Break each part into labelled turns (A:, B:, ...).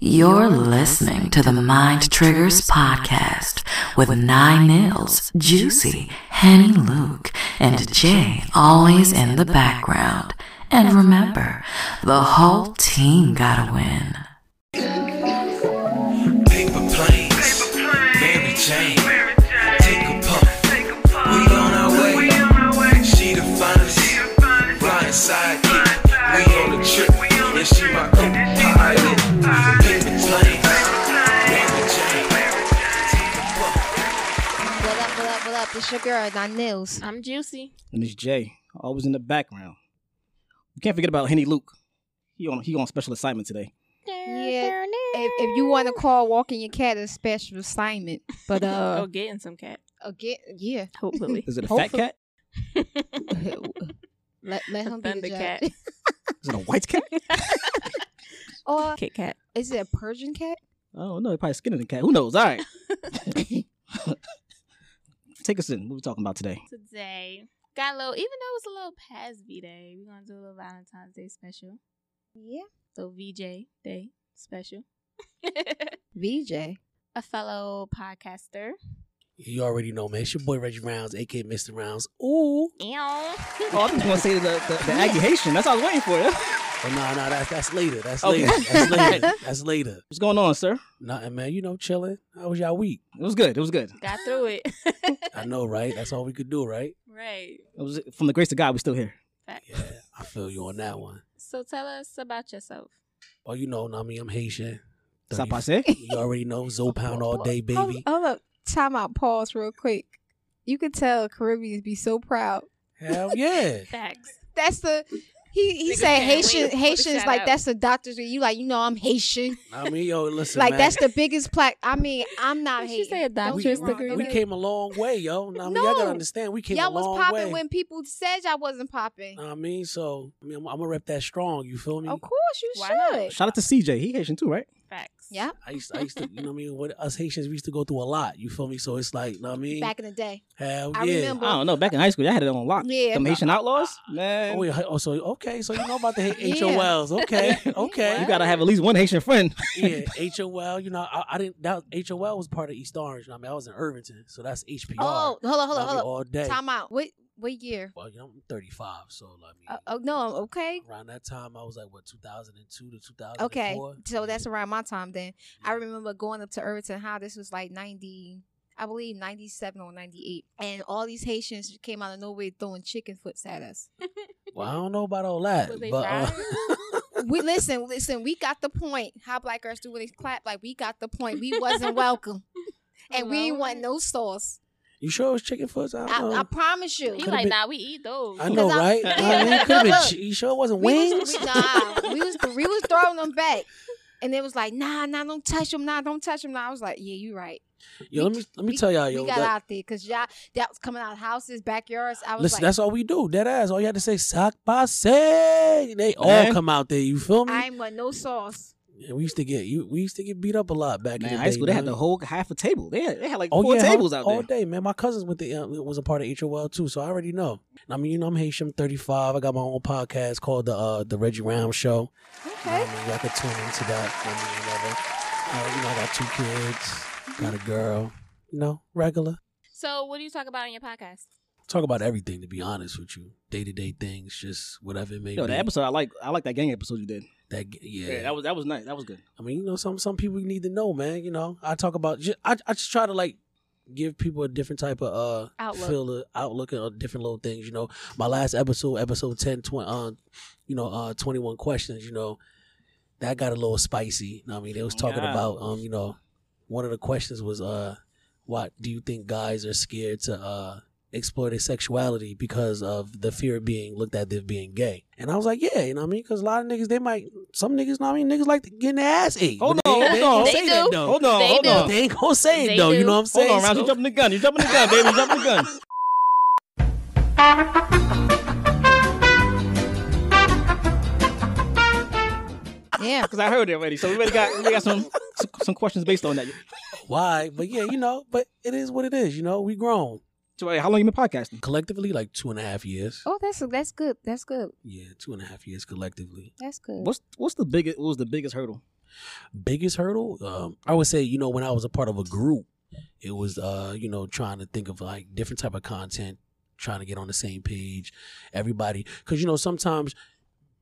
A: You're listening to the Mind Triggers podcast with Nine Nils, Juicy, Henny Luke, and Jay always in the background. And remember, the whole team gotta win.
B: Paper planes, Mary Jane. Take a puff, we on our way. She the finest, blind side. We on a trip, and she my co-pilot. Paper planes, Mary Jane. Take a puff.
C: What up, what up, what up? It's your girl, Nine Nils.
D: I'm juicy.
E: and it's Jay, always in the background. We can't forget about Henny Luke. He on he on special assignment today.
C: Yeah, If, if you want to call walking your cat a special assignment, but
D: oh,
C: uh,
D: getting some cat,
C: again, yeah,
D: hopefully.
E: Is it a fat
C: Hopefully-
E: cat?
C: let, let him be the
D: Thundercat.
C: judge.
E: Is it a white cat?
C: or
D: Kit Kat.
C: is it a Persian cat?
E: Oh no, probably skinning the cat. Who knows? All right. Take us in. What we talking about today?
D: Today got a little, even though it was a little Pasby day, we're gonna do a little Valentine's Day special,
C: Yeah,
D: little VJ Day special.
C: VJ.
D: a fellow podcaster.
F: You already know, man. It's your boy Reggie Rounds, aka Mr. Rounds. Ooh.
D: Ew.
E: Oh, I just want to say the the, the Aggie Haitian. That's what I was waiting for.
F: Oh, no, no, that's that's later. That's
E: Okay.
F: later. That's later. That's later.
E: What's going on, sir?
F: Nothing, man. You know, chilling. How was y'all week?
E: It was good. It was good.
D: Got through it.
F: I know, right? That's all we could do, right?
D: right.
E: It was from the grace of God. We still here.
D: Fact.
F: Yeah, I feel you on that one.
D: So tell us about yourself.
F: Oh, you know, Nami, I'm Haitian.
E: Ça
F: 30
E: passe?
F: You already know, Zopound all day, baby.
C: Hold, hold up, time out, pause real quick. You could tell Caribbeans be so proud.
F: Hell yeah.
D: Facts.
C: That's the. He, he
D: Niggas
C: said
D: can't wait
C: Haitian
D: for the
C: Haitians
D: shout
C: like
D: out.
C: that's the doctor's you like you know I'm Haitian
F: I mean, yo, listen,
C: like
F: man.
C: that's the biggest plaque I mean I'm not
D: Did she
C: hating
D: say a
C: Don't
F: we,
C: get
D: doctor's
C: me wrong.
D: degree?
F: we, we came a long way, yo. Nah, I mean, y'all
C: No.
F: gotta understand, we came
C: y'all
F: a long
C: was popping
F: way.
C: when people said y'all wasn't popping.
F: I mean, so I mean, I'm, I'm gonna rep that strong. You feel me?
C: of course, you
D: Why
C: should.
D: not?
E: Shout out to CJ. He Haitian too, right?
D: Facts.
C: Yeah,
F: I used, I used to, you know what I mean? What, us Haitians, we used to go through a lot. You feel me? So it's like, you know what I mean?
C: back in the day.
F: Hell
C: I
F: yeah.
C: remember.
E: I don't know. Back in high school, I had it on lock.
C: Yeah.
E: Them Haitian outlaws, man.
F: Oh, wait, hi- oh, so, okay. So you know about the H-
C: Yeah.
F: HOLs. Okay. Okay.
E: You gotta have at least one Haitian friend.
F: yeah. HOL, you know, I, I didn't, that HOL was part of East Orange. You know what I mean, I was in Irvington. So that's HPR.
C: Oh, hold on, hold
F: You know what I
C: on,
F: mean,
C: hold
F: All
C: on.
F: day.
C: Time out. What what year?
F: Well, you know, I'm 35. So, like, I
C: Uh,
F: mean,
C: oh no, okay,
F: around that time, I was like, what, 2002 to 2004?
C: okay. So that's around my time then. I
F: Yeah.
C: remember going up to Irvington High. This was like ninety, I believe ninety seven or ninety eight, and all these Haitians came out of nowhere throwing chicken foots at us.
F: Well, I don't know about all that.
D: Were they
F: But, uh,
C: we listen, listen. We got the point. How black girls do when they clap? Like we got the point. We wasn't welcome, and we ain't want no sauce.
F: you sure it was chicken foot? I
C: I,
F: don't know.
C: I promise you.
D: He
F: Could've
D: like,
F: been-
D: nah, we eat those.
F: I know,
C: I-
F: right?
E: Yeah.
F: You know what I mean? It could've been
C: Look,
F: chi- you sure it wasn't
C: we
F: wings?
C: was, we, nah, we was we was throwing them back, and it was like, nah, nah, don't touch them, nah, don't touch them. Nah, I was like, yeah, you right.
F: Yo, let me let me tell y'all, yo.
C: we got
F: that-
C: out there because y'all that was coming out of houses, backyards. I was
F: listen,
C: like,
F: that's all we do. Dead ass. All you had to say, sock passe. They all
E: Man.
F: come out there. You feel me?
C: I ain't want no sauce.
F: Yeah, we used to get you. We used to get beat up a lot back
E: Man, in
F: in the
E: high
F: day,
E: school, they had
F: man.
E: the whole half a table. They had, they had like
F: Oh
E: four
F: yeah,
E: tables
F: all,
E: out
F: all
E: there.
F: day, man. My cousins with the uh, was a part of HOL too, so I already know. And I mean, you know, I'm Haitian, I'm 35. I got my own podcast called the uh, the Reggie Ram Show. You know
C: Okay,
F: what I mean, y'all can tune into that. I mean, whatever. Uh, you know, I got two kids, got a girl. You know, regular.
D: So what do you talk about in your podcast?
F: Talk about everything, to be honest with you. Day to day things, just whatever it may
E: Yo,
F: be.
E: the episode I like, I like that gang episode you did.
F: That g-
E: Yeah. that was that was nice. That was good.
F: I mean, you know, some some people you need to know, man. You know, I talk about. ju- I I just try to like give people a different type of uh
D: Outlook.
F: feel, uh, outlook, and different little things. You know, my last episode, episode 10, 20, uh, you know, uh, twenty one questions. You know, that got a little spicy. You know what I mean, they was talking
E: Yeah.
F: about um, you know, one of the questions was uh, what do you think guys are scared to uh explore their sexuality because of the fear of being looked at as being gay. And I was like, yeah, you know what I mean? Because a lot of niggas, they might, some niggas, know what I mean? Niggas like to get in their ass ate.
E: Hold
F: But
E: on,
F: they,
E: hold on.
F: They,
D: They
F: ain't gonna say that
D: do.
F: though.
E: Oh, Hold on,
D: They
E: hold
D: do.
E: on,
F: They ain't gonna say it
D: They
F: though. You
D: do.
F: know what I'm saying?
E: hold on, Rounds.
F: So-
E: You jumping the gun. You jumping the gun, baby. You jumping the gun.
C: yeah.
E: Because I heard it already. So we already got we already got some some- some questions based on that.
F: Why? But yeah, you know, but it is what it is. You know, we grown.
E: So wait, how long you been podcasting?
F: Collectively, like two and a half years.
C: Oh, that's that's good. That's good.
F: Yeah, two and a half years collectively.
C: That's good.
E: What's what's the biggest? What was the biggest hurdle?
F: Biggest hurdle, um, I would say, you know, when I was a part of a group, it was, uh, you know, trying to think of like different type of content, trying to get on the same page, everybody, because you know sometimes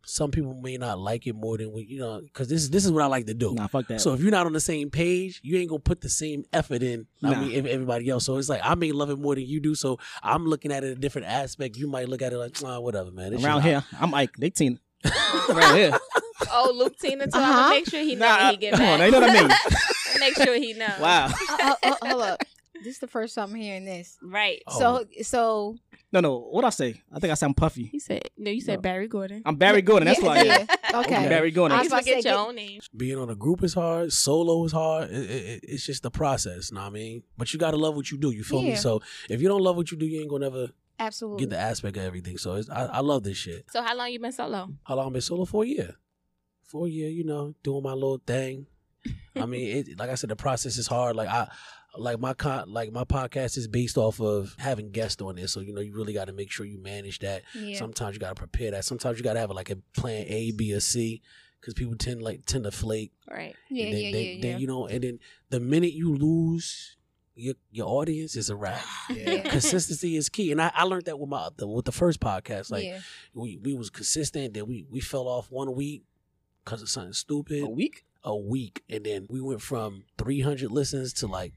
F: some people may not like it more than we, you know, because this is this is what I like to do.
E: Nah, fuck that.
F: Oh, So if you're not on the same page, you ain't gonna put the same effort in. I
E: Nah.
F: mean, ev- everybody else. So it's like I may love it more than you do. So I'm looking at it a different aspect. You might look at it like, nah, whatever, man. This
E: around
F: shit-
E: here, I'm Ike. They teen. around here.
D: Oh, Luke Tina, too. I'm
C: Uh-huh.
D: gonna make sure he know
E: Nah,
D: when he get
E: come
D: back.
E: on, now, you know what I mean.
D: make sure he know.
E: Wow.
C: Uh, uh, uh, hold up. This is the first time I'm hearing this.
D: Right.
F: Oh.
C: So, so
E: No, no. What I say? I think I sound puffy.
D: You said no. You
E: said
D: said
E: No.
D: Barry Gordon.
F: Oh,
E: I'm Barry Gordon. That's why.
C: yeah,
E: Yeah.
C: okay.
E: I'm Barry Gordon.
C: I was
D: you
C: about to
D: forget
C: say,
D: your
C: get-
D: own name.
F: being on a group is hard. Solo is hard. It- it- it- it's just the process. Know what I mean? But you gotta love what you do. You feel me?
C: Yeah.
F: So if you don't love what you do, you ain't gonna ever
C: absolutely.
F: get the aspect of everything. So it's, I, I love this shit.
D: So how long you been solo?
F: How long I been solo? Four year. Four year. You know, doing my little thing. I mean, it, like I said, the process is hard. Like I, like my con, like my podcast is based off of having guests on this. So you know, you really got to make sure you manage that.
C: yeah.
F: Sometimes you got to prepare that. Sometimes you got to have like a plan A, B, or C because people tend like tend to flake.
D: Right.
C: yeah,
F: and then,
C: yeah,
F: then,
C: yeah,
F: then
C: yeah.
F: you know, and then the minute you lose your your audience, is a wrap.
E: Ah,
C: Yeah.
F: Consistency is key, and I, I learned that with my the, with the first podcast. Like
C: yeah.
F: we, we was consistent, then we we fell off one week because of something stupid
E: A week.
F: a week, and then we went from three hundred listens to like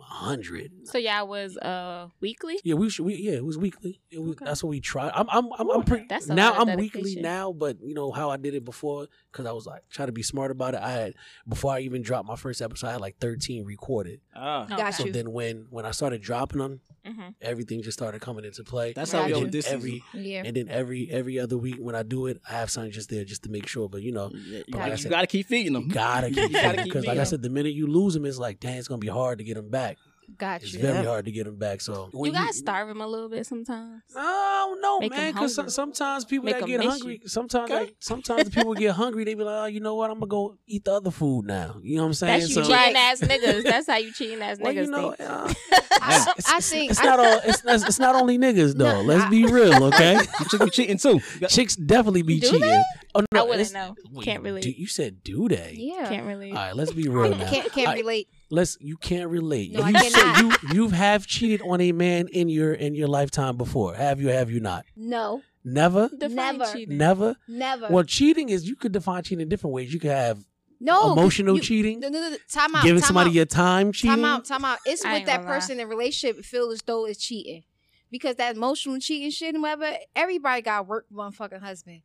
F: hundred.
D: So y'all was uh weekly.
F: Yeah, we should. We, yeah, it was weekly. It was,
D: Okay.
F: That's what we tried. I'm. I'm. I'm. I'm
D: Ooh,
F: pretty,
D: that's a
F: now.
D: lot of
F: I'm weekly
D: dedication.
F: now, but you know how I did it before because I was like trying to be smart about it. I had before I even dropped my first episode, I had like 13 recorded.
E: Ah.
C: Got
F: So
C: you.
F: then when when I started dropping them,
D: Mm-hmm.
F: everything just started coming into play.
E: That's
C: how
F: And
C: we
F: then
E: on this
F: every
E: season.
C: Yeah.
F: and then every every other week when I do it, I have something just there just to make sure. But Oh, you know,
E: Yeah,
F: But like I
E: you
F: said-
E: gotta keep feeding them.
F: you gotta keep
E: You Mm-hmm. gotta keep
F: because like I
E: it.
F: said, the minute you lose them, it's like dang, it's gonna be hard to get them back.
C: Got
F: It's
C: you.
F: very
E: Yeah.
F: hard to get them back. So
D: You guys starve him a little bit sometimes.
F: No, no,
D: Make 'em
F: man. Because
D: hungry.
F: sometimes people
D: Make
F: that
D: 'em
F: get
D: miss
F: hungry, sometimes
E: Okay.
F: like, sometimes the people get hungry. They be like, oh, you know what? I'm gonna go eat the other food now. You know what I'm saying?
D: That's you
F: So-
D: cheating ass niggas. That's how you cheating ass
F: well,
D: niggas
F: you know,
D: think.
F: uh,
C: I,
F: it's,
C: I think
F: it's
C: I-
F: not all. It's, it's, it's not only niggas
C: No,
F: though. Let's
C: I-
F: be real, okay?
E: You should be cheating too. You got-
F: Chicks definitely be
D: Do
F: cheating.
D: they?
F: Oh
D: I wouldn't
F: it's-
D: know.
F: wait,
D: Can't relate.
F: do- you said do they?
C: Yeah.
D: Can't really.
F: All right, let's be real now.
C: Can't,
F: All
C: can't
F: right,
C: relate.
F: Let's you can't relate.
C: No, I
F: you
C: cannot.
F: you you have cheated on a man in your in your lifetime before. Have you? Have you not?
C: No.
F: Never.
D: Define
C: never.
D: cheating.
F: Never.
C: Never.
F: Well, cheating is you could define cheating in different ways. You could have
C: no.
F: emotional
C: you-
F: cheating,
C: No, no, no, no. Time out.
F: giving
C: time
F: somebody
C: out.
F: your time cheating.
C: Time out, time out. It's
D: I
C: with
D: ain't
C: that
D: gonna lie.
C: person in relationship feel as though it's cheating. Because that emotional cheating shit and whatever, everybody got work one fucking husband.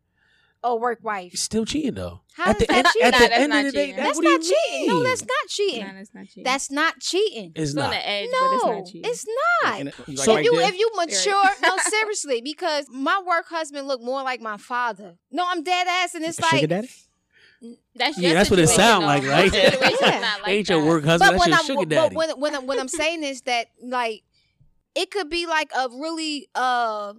C: Or work
F: It's
C: wife.
F: still cheating though.
C: How
F: at
C: is
F: the
C: that
F: end,
D: cheating?
F: at
D: Nah,
F: the
D: that's
F: end
D: not
F: of the day,
D: cheating.
F: that-
C: That's
F: what do you
C: not cheating. No,
F: mean?
C: that's not cheating.
D: Nah, that's not cheating.
C: That's not cheating.
F: It's
D: It's on
F: not.
D: the edge,
C: no,
D: but it's not cheating.
C: it's not.
E: and- you like
F: So-
E: right
C: if you
E: there?
C: if you mature, no, seriously, because my work husband looked more like my father. No, I'm dead ass, and it's
E: sugar
C: like,
E: daddy.
D: That's
F: Yeah,
D: your
F: that's what it
D: situation,
F: sound
D: though.
F: like,
D: Your
F: right?
D: situation's
C: Yeah.
D: not like
F: Ain't your
D: that.
F: work husband?
C: but
F: That's
C: when
F: your
C: I'm
F: sugar
C: but
F: daddy.
C: when when I'm- when I'm saying is that like it could be like a really uh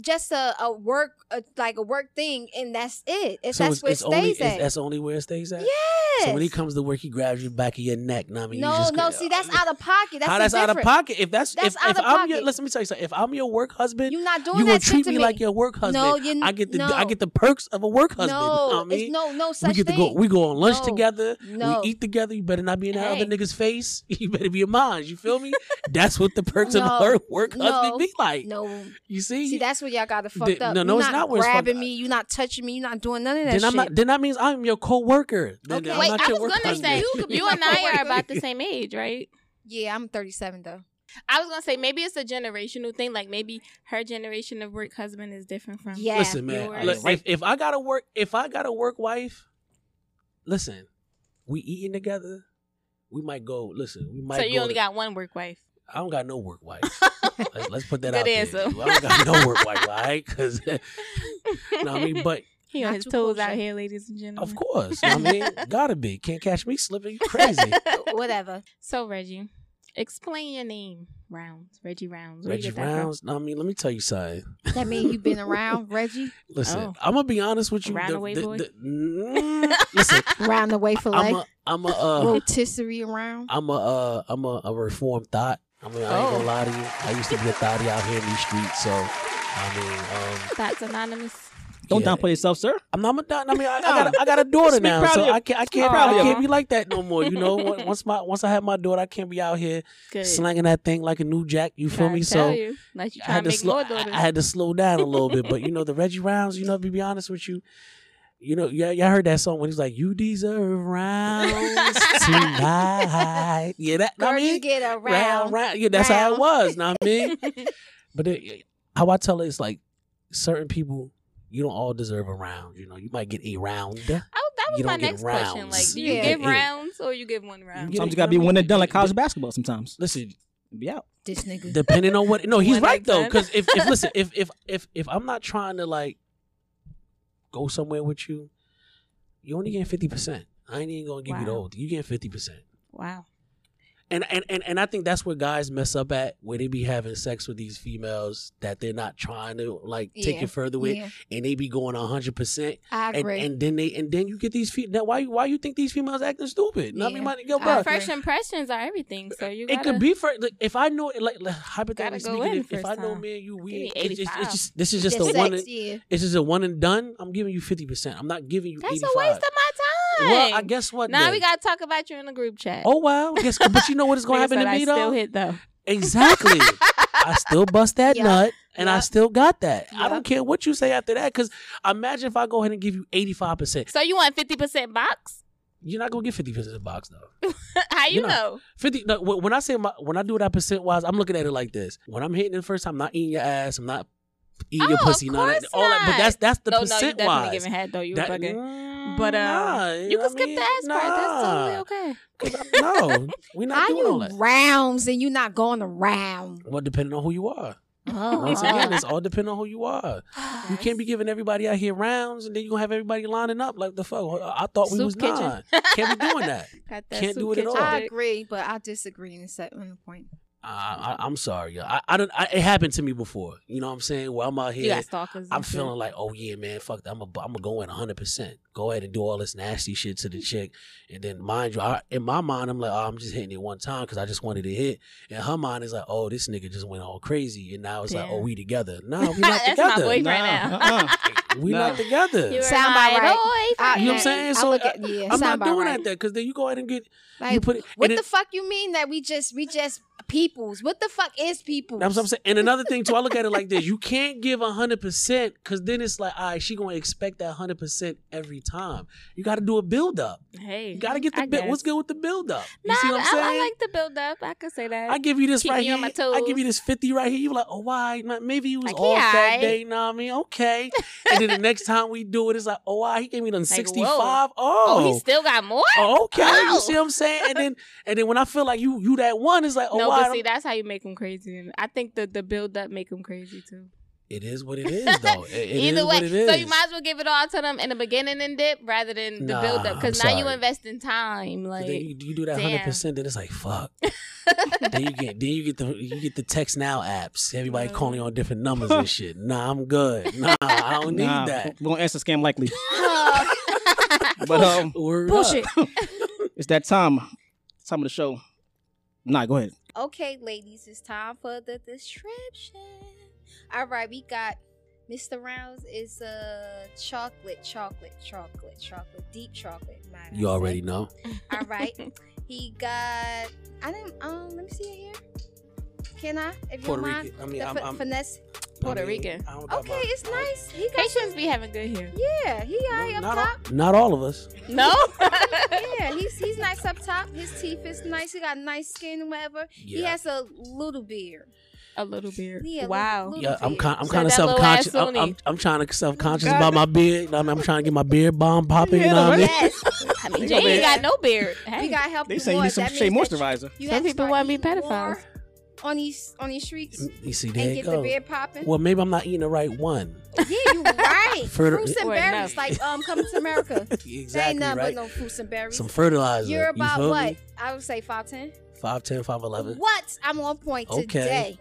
C: just a, a work a, like a work thing, and that's it. If
F: so
C: that's
F: it's,
C: where
F: it's
C: it
F: only
C: stays
F: it's-
C: at.
F: that's only where it stays at.
C: Yes.
F: So when he comes to work, he grabs you back of your neck. Know what I mean, You
C: no,
F: just-
C: no. See, that's out of pocket. That's
F: how
C: the
F: that's out of
C: difference.
F: pocket. If that's,
C: That's
F: if,
C: out
F: if
C: of
F: I'm your
C: pocket.
F: let me tell you something. If I'm your work husband,
C: You're not doing
F: you gonna
C: that shit
F: treat
C: to
F: me
C: me
F: like your work husband.
C: No, you.
F: I get the
C: no.
F: I get the perks of a work husband. know
C: No,
F: what I mean?
C: it's no, no such
F: we get
C: thing.
F: to go. We go on lunch
C: No.
F: together.
C: No.
F: We eat together. You better not be in that other
D: Hey.
F: nigga's face. You better be in mine. You feel me? That's what the perks
C: No.
F: of her work
C: No.
F: husband be like.
C: no,
F: You see?
C: see, that's where y'all got it fucked
F: The-
C: up.
F: no, no,
C: you're
F: it's
C: not
F: not where it's fucked
C: grabbing
F: up.
C: me. You're not touching me. You're not doing none of that
F: then
C: shit.
F: I'm not. Then that means I'm your coworker. Then
C: Okay.
F: I'm
D: Wait,
F: not
D: I was
F: your work
D: gonna
F: husband.
D: say
C: You could be
D: you
C: my
D: and I are
C: coworker.
D: about the same age, right?
C: yeah, I'm 37 though.
D: I was gonna say maybe it's a generational thing. Like maybe her generation of work husband is different from
C: Yeah.
F: Listen, man.
D: yours.
F: Listen, if, if I gotta work, if I gotta work, wife. Listen, we eating together. We might go. Listen, we might.
D: so you
F: go
D: only
F: to-
D: got one work wife.
F: I don't got no work wife. let's, let's put that
D: Good
F: out there.
D: answer.
F: I don't got no work wife, all right? Because know what I mean, but
D: He
C: Not
D: on his
C: too
D: toes
C: cool,
D: out
C: Shay.
D: here, ladies and gentlemen.
F: Of course. You know what I mean, gotta be. Can't catch me slipping. You crazy.
C: Whatever.
D: So Reggie, explain your name, Rounds. Reggie Rounds. Where you
F: Reggie
D: get that from?
F: Rounds. No, I mean, let me tell you something.
C: That mean you've been around Reggie,
F: Listen,
D: Oh.
F: I'm gonna be honest with you.
D: Roundaway boy?
F: mm, listen,
C: round the way for
F: I'm
C: life,
F: a, I'm a, uh,
C: rotisserie around.
F: I'm a, uh, I'm a, a reformed thought. I mean, I
D: Oh.
F: ain't gonna lie to you. I used to be a thotty out here in these streets, so I mean, um,
D: That's anonymous.
E: Don't
F: Yeah.
E: downplay yourself, sir.
F: I'm not. I'm not I mean, I,
E: Nah.
F: I got. A, I got a daughter
E: Speak
F: now,
E: proudly
F: so
E: of-
F: I can't. I
D: Oh,
F: can't.
E: proudly
F: I
E: of
F: can't
E: her.
F: be like that no more. You know, Once- once my once I have my daughter, I can't be out here
D: Good.
F: slanging that thing like a new jack. You feel
D: Trying
F: me?
D: to
F: So
D: tell you, like you
F: I
D: trying
F: had
D: to
F: to
D: make
F: slow.
D: more
F: I,
D: daughters.
F: I had to slow down a little bit, but you know the Reggie Rounds. You know, to be honest with you, you know, y'all, y'all heard that song when he's like, "You deserve rounds tonight." Yeah, that. know
C: Girl,
F: what I mean,
C: you get around.
F: round, round. Yeah, that's how it
C: round.
F: was. Know what I mean? but it, how I tell it is like certain people, you don't all deserve a round. You know, you might get a round.
D: I, Oh, that was
F: You
D: my
F: don't get
D: next question.
F: rounds.
D: Like, do you
C: Yeah.
D: give
F: Yeah.
D: rounds or you give one round?
F: You
E: Sometimes
F: it.
E: you gotta be one and done like college basketball. Sometimes
F: Listen,
E: be out.
C: This nigga.
F: depending on what. No, he's
D: One
F: right
D: at a
F: though.
D: time.
F: Because if, if listen, if if if if I'm not trying to like go somewhere with you, you only get fifty percent. I ain't even gonna give you the
D: Wow.
F: whole. thing. You get fifty percent.
D: Wow.
F: and, and and and I think that's where guys mess up at where they be having sex with these females that they're not trying to like take
C: Yeah,
F: it further with,
C: yeah.
F: and they be going hundred percent.
C: I
F: And,
C: agree.
F: and then they and then you get these feet. Now why you- why you think these females acting stupid? Not me,
C: Yeah.
F: my yo,
C: I
F: bro.
C: agree.
D: First impressions are everything. So you
F: It
D: gotta,
F: could be for like, if I know like, like hypothetically
D: Gotta go
F: speaking,
D: in
F: if, if
D: first
F: I know
D: time.
F: me and you, we
D: Give me
F: it's, just, it's
D: 85.
F: just this is just
C: Just
F: a one.
C: sex,
F: and-
C: yeah.
F: It's just a one and done. I'm giving you fifty percent. I'm not giving you.
D: That's
F: 85.
D: a waste of my time.
F: Well, I guess what
D: Now
F: then?
D: we gotta talk about you in the group chat.
F: Oh wow, guess but you know what is gonna
D: Nigga
F: happen
D: said
F: to
D: I
F: me
D: still
F: though.
D: hit though.
F: Exactly. I still bust that
C: Yeah.
F: nut and I
C: Yeah.
F: still got that. I
C: Yeah.
F: don't care what you say after that because imagine if I go ahead and give you 85%.
D: So you want fifty percent box?
F: You're not going to get 50% of the box though.
D: How you
F: You're not.
D: know?
F: 50 no, wh- when I say my, when I do that percent wise, I'm looking at it like this. When I'm hitting it first time, I'm not eating your ass, I'm not eating your
D: Oh,
F: pussy,
D: of
F: none of
D: course
F: that. All that, but
D: not.
F: that's that's the
D: no, no, you
F: percent
D: definitely
F: wise.
D: giving head though. You
F: That-
D: bugging.
F: Mm,
D: But uh,
F: nah,
D: you
F: know
D: can
F: what I
D: skip
F: mean?
D: the ass part. That's totally
F: Nah.
D: okay.
F: 'Cause I- no, we're not
C: How
F: doing all
C: you
F: that.
C: rounds and you not going around?
F: Well, depending on who you are.
C: Oh,
F: Once again, it's all depending on who you are. You
D: Nice.
F: can't be giving everybody out here rounds, and then you gonna have everybody lining up like the fuck. I I thought we
D: Soup
F: was
D: kitchen.
F: nine. Can't be doing that.
D: Got that
F: Can't
D: soup
F: do it at
D: kitchen
F: all.
C: I
D: dick.
C: agree, but I disagree in a certain point.
F: I, I, I'm sorry, yo. I, I don't. I, it happened to me before. You know what I'm saying? Where I'm out
D: You
F: here,
D: got stalkers. and
F: I'm
D: shit.
F: feeling like, oh yeah, man, fuck. That. I'm a, I'm gonna go in 100. percent Go ahead and do all this nasty shit to the chick, and then mind you, I, in my mind, I'm like, oh, I'm just hitting it one time because I just wanted to hit. And her mind is like, oh, this nigga just went all crazy, and now it's like,
D: Damn.
F: oh, we together. No, we not
D: That's my
F: together.
D: boyfriend
E: Nah,
D: now.
E: uh-uh.
F: We
E: Nah.
F: not together.
D: You are
C: Sound
D: my
C: about
D: boyfriend.
C: I-
F: You know what I'm saying?
C: I
F: So,
C: look at, yeah,
F: I'm
C: sound
F: not
C: about
F: doing
C: right.
F: that because then you go ahead and get
C: Like,
F: you put it.
C: What
F: and
C: the
F: it-
C: fuck you mean that we just we just peoples? What the fuck is peoples?
F: That's what I'm saying. And another thing too, I look at it like this: you can't give hundred percent because then it's like, all right, she gonna expect that hundred percent every time. You got to do a build up.
D: Hey,
F: You got to get the
D: I
F: bit.
D: guess.
F: What's good with the build up? You
D: Nah,
F: see what I'm
D: I- I,
F: saying?
D: like the build up. I could say that.
F: I give you this
D: keep
F: right
D: me
F: here.
D: on my
F: I give you
D: toes.
F: this fifty right here. You like, oh why? Not- Maybe he was
D: Like, he
F: off that
D: aight.
F: day. Know what I mean? Okay. and then the next time we do it, it's like, oh why? He gave me done
D: whoa.
F: sixty five.
D: oh, he still got more.
F: Oh, okay.
D: Oh.
F: You see what I'm saying? And then and then when I feel like you you that one, it's like, oh,
D: no,
F: why?
D: but see, that's how you make them crazy. And I think the the build up make them crazy too.
F: it is what it is, though. It- it
D: Either way,
F: is what it is.
D: so you might as well give it all to them in the beginning and dip rather than the
F: Nah,
D: build up because
F: I'm
D: now you
F: sorry.
D: invest in time.
F: But
D: Like,
F: then you, you do that
D: damn.
F: hundred percent, then it's like fuck. then you get then you get the you get the text now apps. Everybody
D: Yeah.
F: calling you on different numbers and shit. Nah, I'm good. Nah, I don't need
E: Nah,
F: that.
E: We're gonna answer scam likely, but
D: but
E: um,
F: Word
D: Oh, bullshit.
F: up.
E: it's that time, time of the show. Nah, go ahead.
C: Okay, ladies, it's time for the description. All right, we got Mr. Rounds is a uh, chocolate, chocolate, chocolate, chocolate, deep chocolate. might I
F: You already
C: say.
F: know.
C: All right, he got. I didn't. Um, let me see it here. Can I? If you
F: Puerto
C: don't mind,
F: Rican. I mean,
C: the
F: I'm,
C: fi-
F: I'm uh,
C: finesse.
D: Puerto
F: I mean,
D: Rican.
F: I don't got
C: Okay,
F: my-
C: it's nice. He got.
D: Haitians be having good hair.
C: Yeah, he all right
F: No,
C: up
F: not,
C: top.
F: all, not all of us.
D: No,
C: yeah, he's he's nice up top. His teeth is nice. He got nice skin and whatever. He
F: Yeah.
C: has a little beard.
D: a little beard.
C: Yeah,
D: wow.
C: little-
F: Yeah, I'm kind, I'm
D: Said
F: kind of
D: that little ass
F: self-conscious. I'm, I'm,
D: Sunni.
F: I'm trying to self-conscious
E: God.
F: about my beard. You know what I mean? I'm trying to get my beard bomb popping. You
E: Yeah,
F: know what I mean?
C: Yes,
D: I mean,
E: They
D: Jay ain't got
E: got
D: no beard. Hey.
C: we gotta help
E: They
C: you
E: say you
C: more.
E: need some
C: That
E: shea
C: means that
E: moisturizer.
C: you
D: Some
C: have
D: people
C: start
D: wanna be
C: eating more
D: pedophiles.
C: on these on these streets
F: Mm, You see, there
C: and
F: you
C: get
F: go.
C: the beard popping.
F: Well, maybe I'm not eating the right one.
C: yeah, you right.
F: Fertil-
C: fruits and
D: Or
C: berries,
D: enough.
C: like um, coming to America. There
F: exactly
C: ain't nothing
F: right.
C: but no fruits and berries.
F: Some fertilizer.
C: You're about
F: you feel
C: what?
F: Me?
C: I would say five ten.
F: 5'10", 5'11".
C: What? I'm on point
F: Okay.
C: today.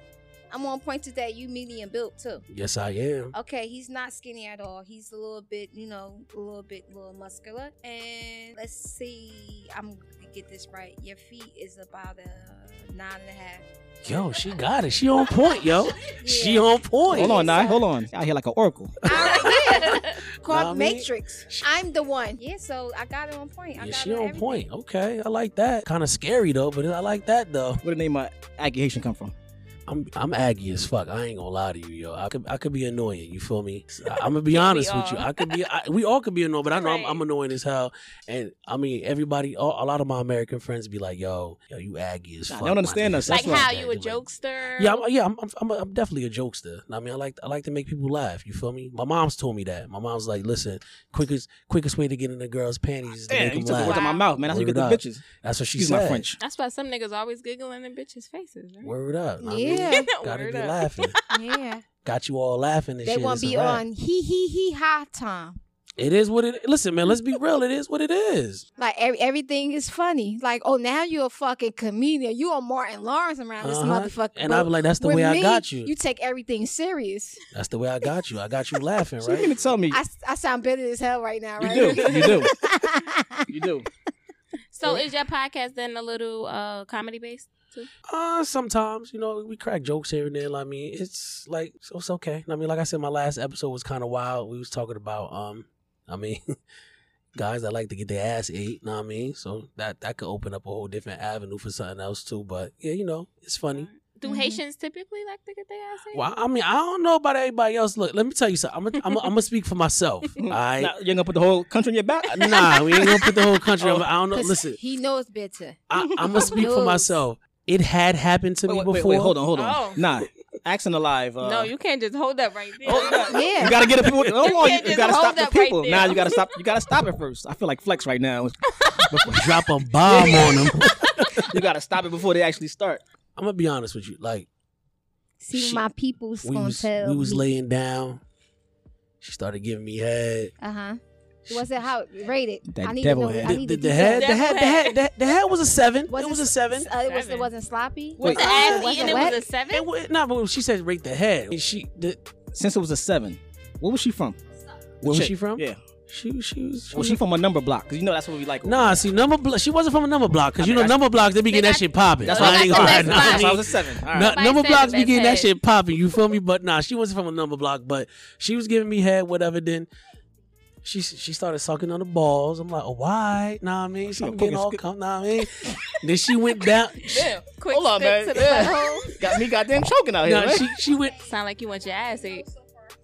C: I'm on point today. You medium built too.
F: Yes, I am.
C: Okay, he's not skinny at all. He's a little bit, you know, a little bit, little muscular. And let's see, I'm gonna get this right. Your feet is about a nine and a half.
F: Yo, she got it. She on point, yo.
C: Yeah.
F: She on point.
E: Hold on,
C: yeah,
E: now.
C: so-
E: Hold on. I hear like an oracle.
C: All right, yeah.
F: Know
C: called
F: what I mean?
C: Matrix. I'm the one. Yeah, so I got it on point. I
F: Yeah,
C: got
F: she
C: it
F: on
C: everything.
F: point. Okay, I like that. Kind of scary though, but I like that though.
E: Where the name of accusation come from?
F: I'm I'm Aggie as fuck. I ain't gonna lie to you, yo. I could I could be annoying. You feel me? I'm gonna be honest with you.
D: all.
F: I could be. I, we all could be annoying, but I know I'm,
D: Right.
F: I'm annoying as hell. And I mean, everybody, all, a lot of my American friends be like, "Yo, yo, you Aggie as
E: Nah,
F: fuck."
E: they don't
F: my
E: understand
F: nigga.
E: us.
D: like
E: That's what
D: how
E: I
D: you a
F: Like,
D: jokester.
F: Yeah, I'm, yeah, I'm, I'm, I'm, I'm definitely a jokester. I mean, I like I like to make people laugh. You feel me? My mom's told me that. My mom's like, "Listen, quickest quickest way to get in a girl's panties is to
E: Damn,
F: make
E: you
F: them
E: took the words out
F: laugh."
E: of my mouth, man. That's how you get the
F: Word up.
E: bitches.
F: That's what she
E: Excuse
F: said.
E: my French.
D: That's why some niggas always giggling in bitches' faces. Right?
F: Word up. I mean,
C: Yeah,
F: gotta
D: Word
F: be
D: up.
F: laughing.
C: yeah.
F: Got you all laughing and
C: They
F: shit.
C: won't
F: It's a
C: be
F: wrap.
C: on he he he high time.
F: It is what it. Listen, man. Let's be real. It is what it is.
C: Like every, everything is funny. Like oh now you're a fucking comedian. You are Martin Lawrence around
F: Uh-huh.
C: this motherfucker.
F: And I'm
C: But
F: like, that's the
C: with
F: way I
C: me,
F: got you.
C: You take everything serious.
F: That's the way I got you. I got you laughing,
E: So you mean
F: right?
E: to tell me
C: I, I sound bitter as hell right now,
E: you
C: right?
E: do, you do, you do.
D: So is your podcast then a little uh, comedy based?
F: Uh, sometimes you know we crack jokes here and there. Like, I mean, it's like so it's okay. I mean, like I said, my last episode was kind of wild. We was talking about um, I mean, guys that like to get their ass ate. Know what I mean? So that that could open up a whole different avenue for something else too. But yeah, you know, it's funny.
D: Do
C: Mhm.
D: Haitians typically like to get their ass ate?
F: Well, I mean, I don't know about everybody else. Look, let me tell you something. I'm gonna I'm gonna- I'm gonna speak for myself. All right. Uh,
E: Now, you're gonna put the whole country in your back.
F: nah, we ain't gonna put the whole country.
E: Oh,
F: on I don't know.
C: 'Cause
F: Listen,
C: he knows better.
F: I, I'm gonna speak for
C: knows.
F: myself. It had happened to
E: Wait,
F: me
E: wait, wait,
F: before.
E: wait, hold on, hold on.
D: Oh.
E: Nah, accent alive. Uh,
D: no, you can't just hold up right there.
C: Oh, Yeah.
E: You gotta get the people. No,
D: You
E: no, you,
D: can't
E: you
D: just
E: gotta
D: hold
E: stop the
D: up right
E: people.
D: there.
E: nah, you gotta stop. You gotta stop it first. I feel like flex right now.
F: Drop a bomb on them.
E: you gotta stop it before they actually start.
F: I'm gonna be honest with you. Like
C: See,
F: Shit.
C: my people's
F: we
C: gonna
F: was
C: tell.
F: we was laying down. She started giving me head.
C: Uh huh. Was it how rated?
E: That
C: I need
E: devil
C: to know.
E: head.
C: I
F: The,
C: need
F: the-
C: to
F: the head, the
D: Devil
F: head, the head, the, the head was a seven.
C: Was
F: it
C: it
F: was a
C: s-
F: seven.
C: Uh, it, was, it
D: Seven.
C: wasn't sloppy.
E: Wait.
D: The ass
C: Was
D: eating
C: it
D: it
C: wet?
D: was a seven.
F: It was, nah, but she said rate the head. And She, the,
E: Since it was a seven, where was she from?
F: where was
E: Chick.
F: she from?
E: Yeah,
F: she, she was.
E: was she from a number block? Cause you know that's what we like. over
F: Nah, see, number block. She wasn't from a number block because you know
E: I-
F: number blocks they be
D: They
F: getting that
D: got-
F: shit popping.
E: That's
D: No,
E: why
D: they
E: I ain't
D: got
E: gonna
D: the
E: lie.
D: best
E: Nah, That's
D: body.
E: why I was a seven. All right.
F: No,
D: Somebody
F: number
D: said
F: blocks
D: the
F: be getting that
D: best
F: shit popping. You feel me? But nah, she wasn't from a number block. But she was giving me head, whatever. Then she she started sucking on the balls. I'm like, oh, why? Nah, I mean, she
E: Oh,
F: was getting all
E: goodness.
F: come. Nah, I mean. then she went down.
D: Yeah. Quick
E: Hold on,
D: stick
E: man.
D: to the
E: Yeah.
D: butthole.
E: Got me goddamn choking out here.
F: Nah,
E: man.
F: she she went
D: Sound like you want your ass ate.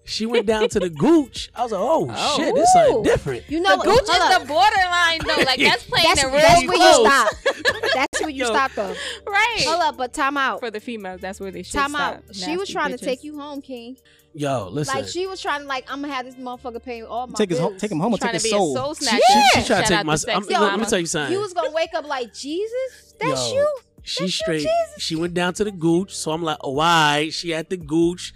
F: she went down to the gooch. I was like, oh,
D: Oh.
F: shit, this something
C: Ooh.
F: different.
C: You
D: The
C: know,
D: gooch is
C: Oh, hold
D: the
C: up.
D: borderline though. Like that's playing
C: That's,
D: the
C: that's
D: real
C: where
D: close.
C: you stop. That's where you stop though.
D: Right.
C: Hold up, but time out.
D: For the females, that's where they should
C: Time
D: stop.
C: out. She was
D: Nasty
C: trying
D: bitches.
C: to take you home, King.
F: Yo, listen.
C: Like she was trying to like, I'm gonna have this motherfucker pay all my
E: take his
C: bills.
E: home, take him home and
D: Trying
E: take
D: to
E: his
D: be
E: soul.
D: a soul snatcher.
C: Yeah.
F: she tried
D: Shout
F: to
D: out
F: take my.
D: sexy
F: I'm, look, let me
D: mama.
F: tell you something.
C: You was gonna wake up like Jesus. That's
F: Yo,
C: you.
F: She
C: That's your
F: straight.
C: Jesus.
F: She went down to the gooch. So I'm like, oh, why? She at the gooch.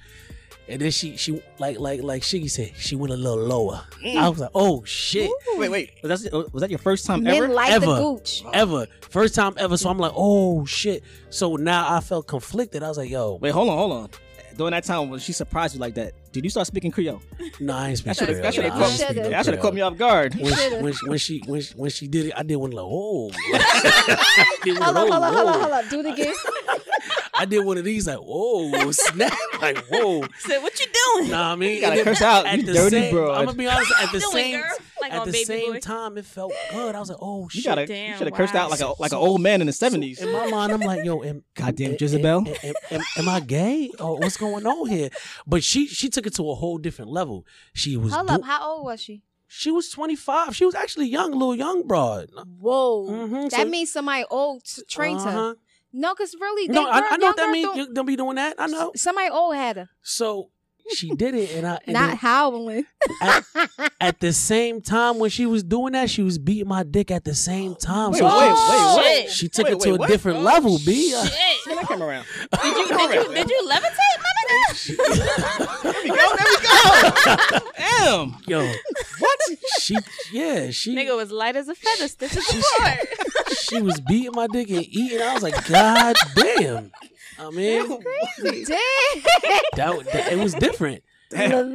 F: And then she she like like like Shiggy said, she went a little lower.
C: Mm.
F: I was like, oh shit.
E: Wait, wait. Was that was that your first time
C: Men
E: ever?
C: like the
F: Ever.
C: gooch.
F: Ever. First time ever. So I'm like, oh shit. So now I felt conflicted. I was like, yo,
E: wait, hold on, hold on. During that time when she surprised you like that, did you start speaking Creole?
F: no, I ain't
E: That
F: speaking.
E: should have that should
C: should've Nah,
E: have caught
C: I
E: me.
C: should've.
E: That should have caught me off guard.
F: When she,
C: Should've.
F: when, she, when she when she when she did it, I did one like, oh.
C: Hold up, hold up, hold up, hold up. Do it again.
F: I did one of these like, whoa, snap, like, whoa.
D: So what you doing?
F: Nah, I mean,
E: You gotta curse out, you dirty
F: same,
E: broad.
F: I'm gonna be honest. At the
D: Doing,
F: same,
D: girl. Like
F: at
D: on
F: the
D: Baby
F: same
D: Boy.
F: time, it felt good. I was like, oh shit.
E: You gotta
D: Damn,
E: you should have cursed
D: wow.
E: out like a like an old man in the seventies.
F: in my mind, I'm like, yo, am,
E: Goddamn
F: am-
E: Jezebel.
F: Am, am, am- am I gay? Or what's going on here? But she she took it to a whole different level. She was
C: Hold
F: do-
C: up. How old was she?
F: she was 25. She was actually young, little young broad.
C: Whoa.
F: Mhm,
C: that
F: so-
C: means somebody old t- trained her.
F: Uh-huh.
C: No, because really, they
F: No, I, I know what that
C: young
F: means.
C: girls
F: You don't be doing that. I
C: don't-
F: know.
C: Somebody old had her.
F: So she did it, and I and
C: Not
F: then-
C: howling.
F: at, at the same time when she was doing that, she was beating my dick at the same time.
E: Wait,
F: So
E: wait,
F: she-
E: wait,
D: wait.
F: She took
E: Wait,
F: it to
E: wait,
F: a
E: what?
F: different
E: Oh,
F: level, B. Uh,
D: Shit.
E: I came around.
D: Did you, did you, did you levitate, my nigga?
E: There we go. There we go. Damn.
F: Yo, what? She, yeah, she,
D: Nigga was light as a feather, stiff as a board.
F: she was beating my dick and eating. I was like, God damn. I mean,
C: Damn.
F: that, wa- that- it was different.
C: the Lord.
F: And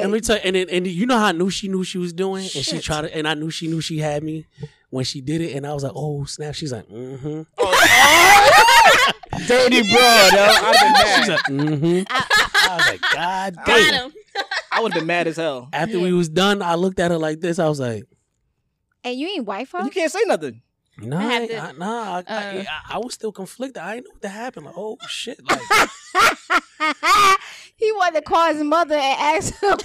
F: let me tell you, and, then- and you know how I knew she knew she was doing, and she tried to, and I knew she knew she had me when she did it, and I was like, oh snap. She's like, mm-hmm.
E: Dirty bro, yo. I've been mad.
F: She's like, mm-hmm. I was like, God
D: Got
F: damn.
D: him.
E: I would have been mad as hell.
F: After we was done, I looked at her like this. I was like,
C: And you ain't Wi Fi?
E: You can't say nothing.
F: Nah,
D: I
F: I
D: had to-
F: I- nah. I, I,
D: uh.
F: I, I was still conflicted. I didn't know what to happen. Like, oh shit! Like,
C: he wanted to call his mother and ask her.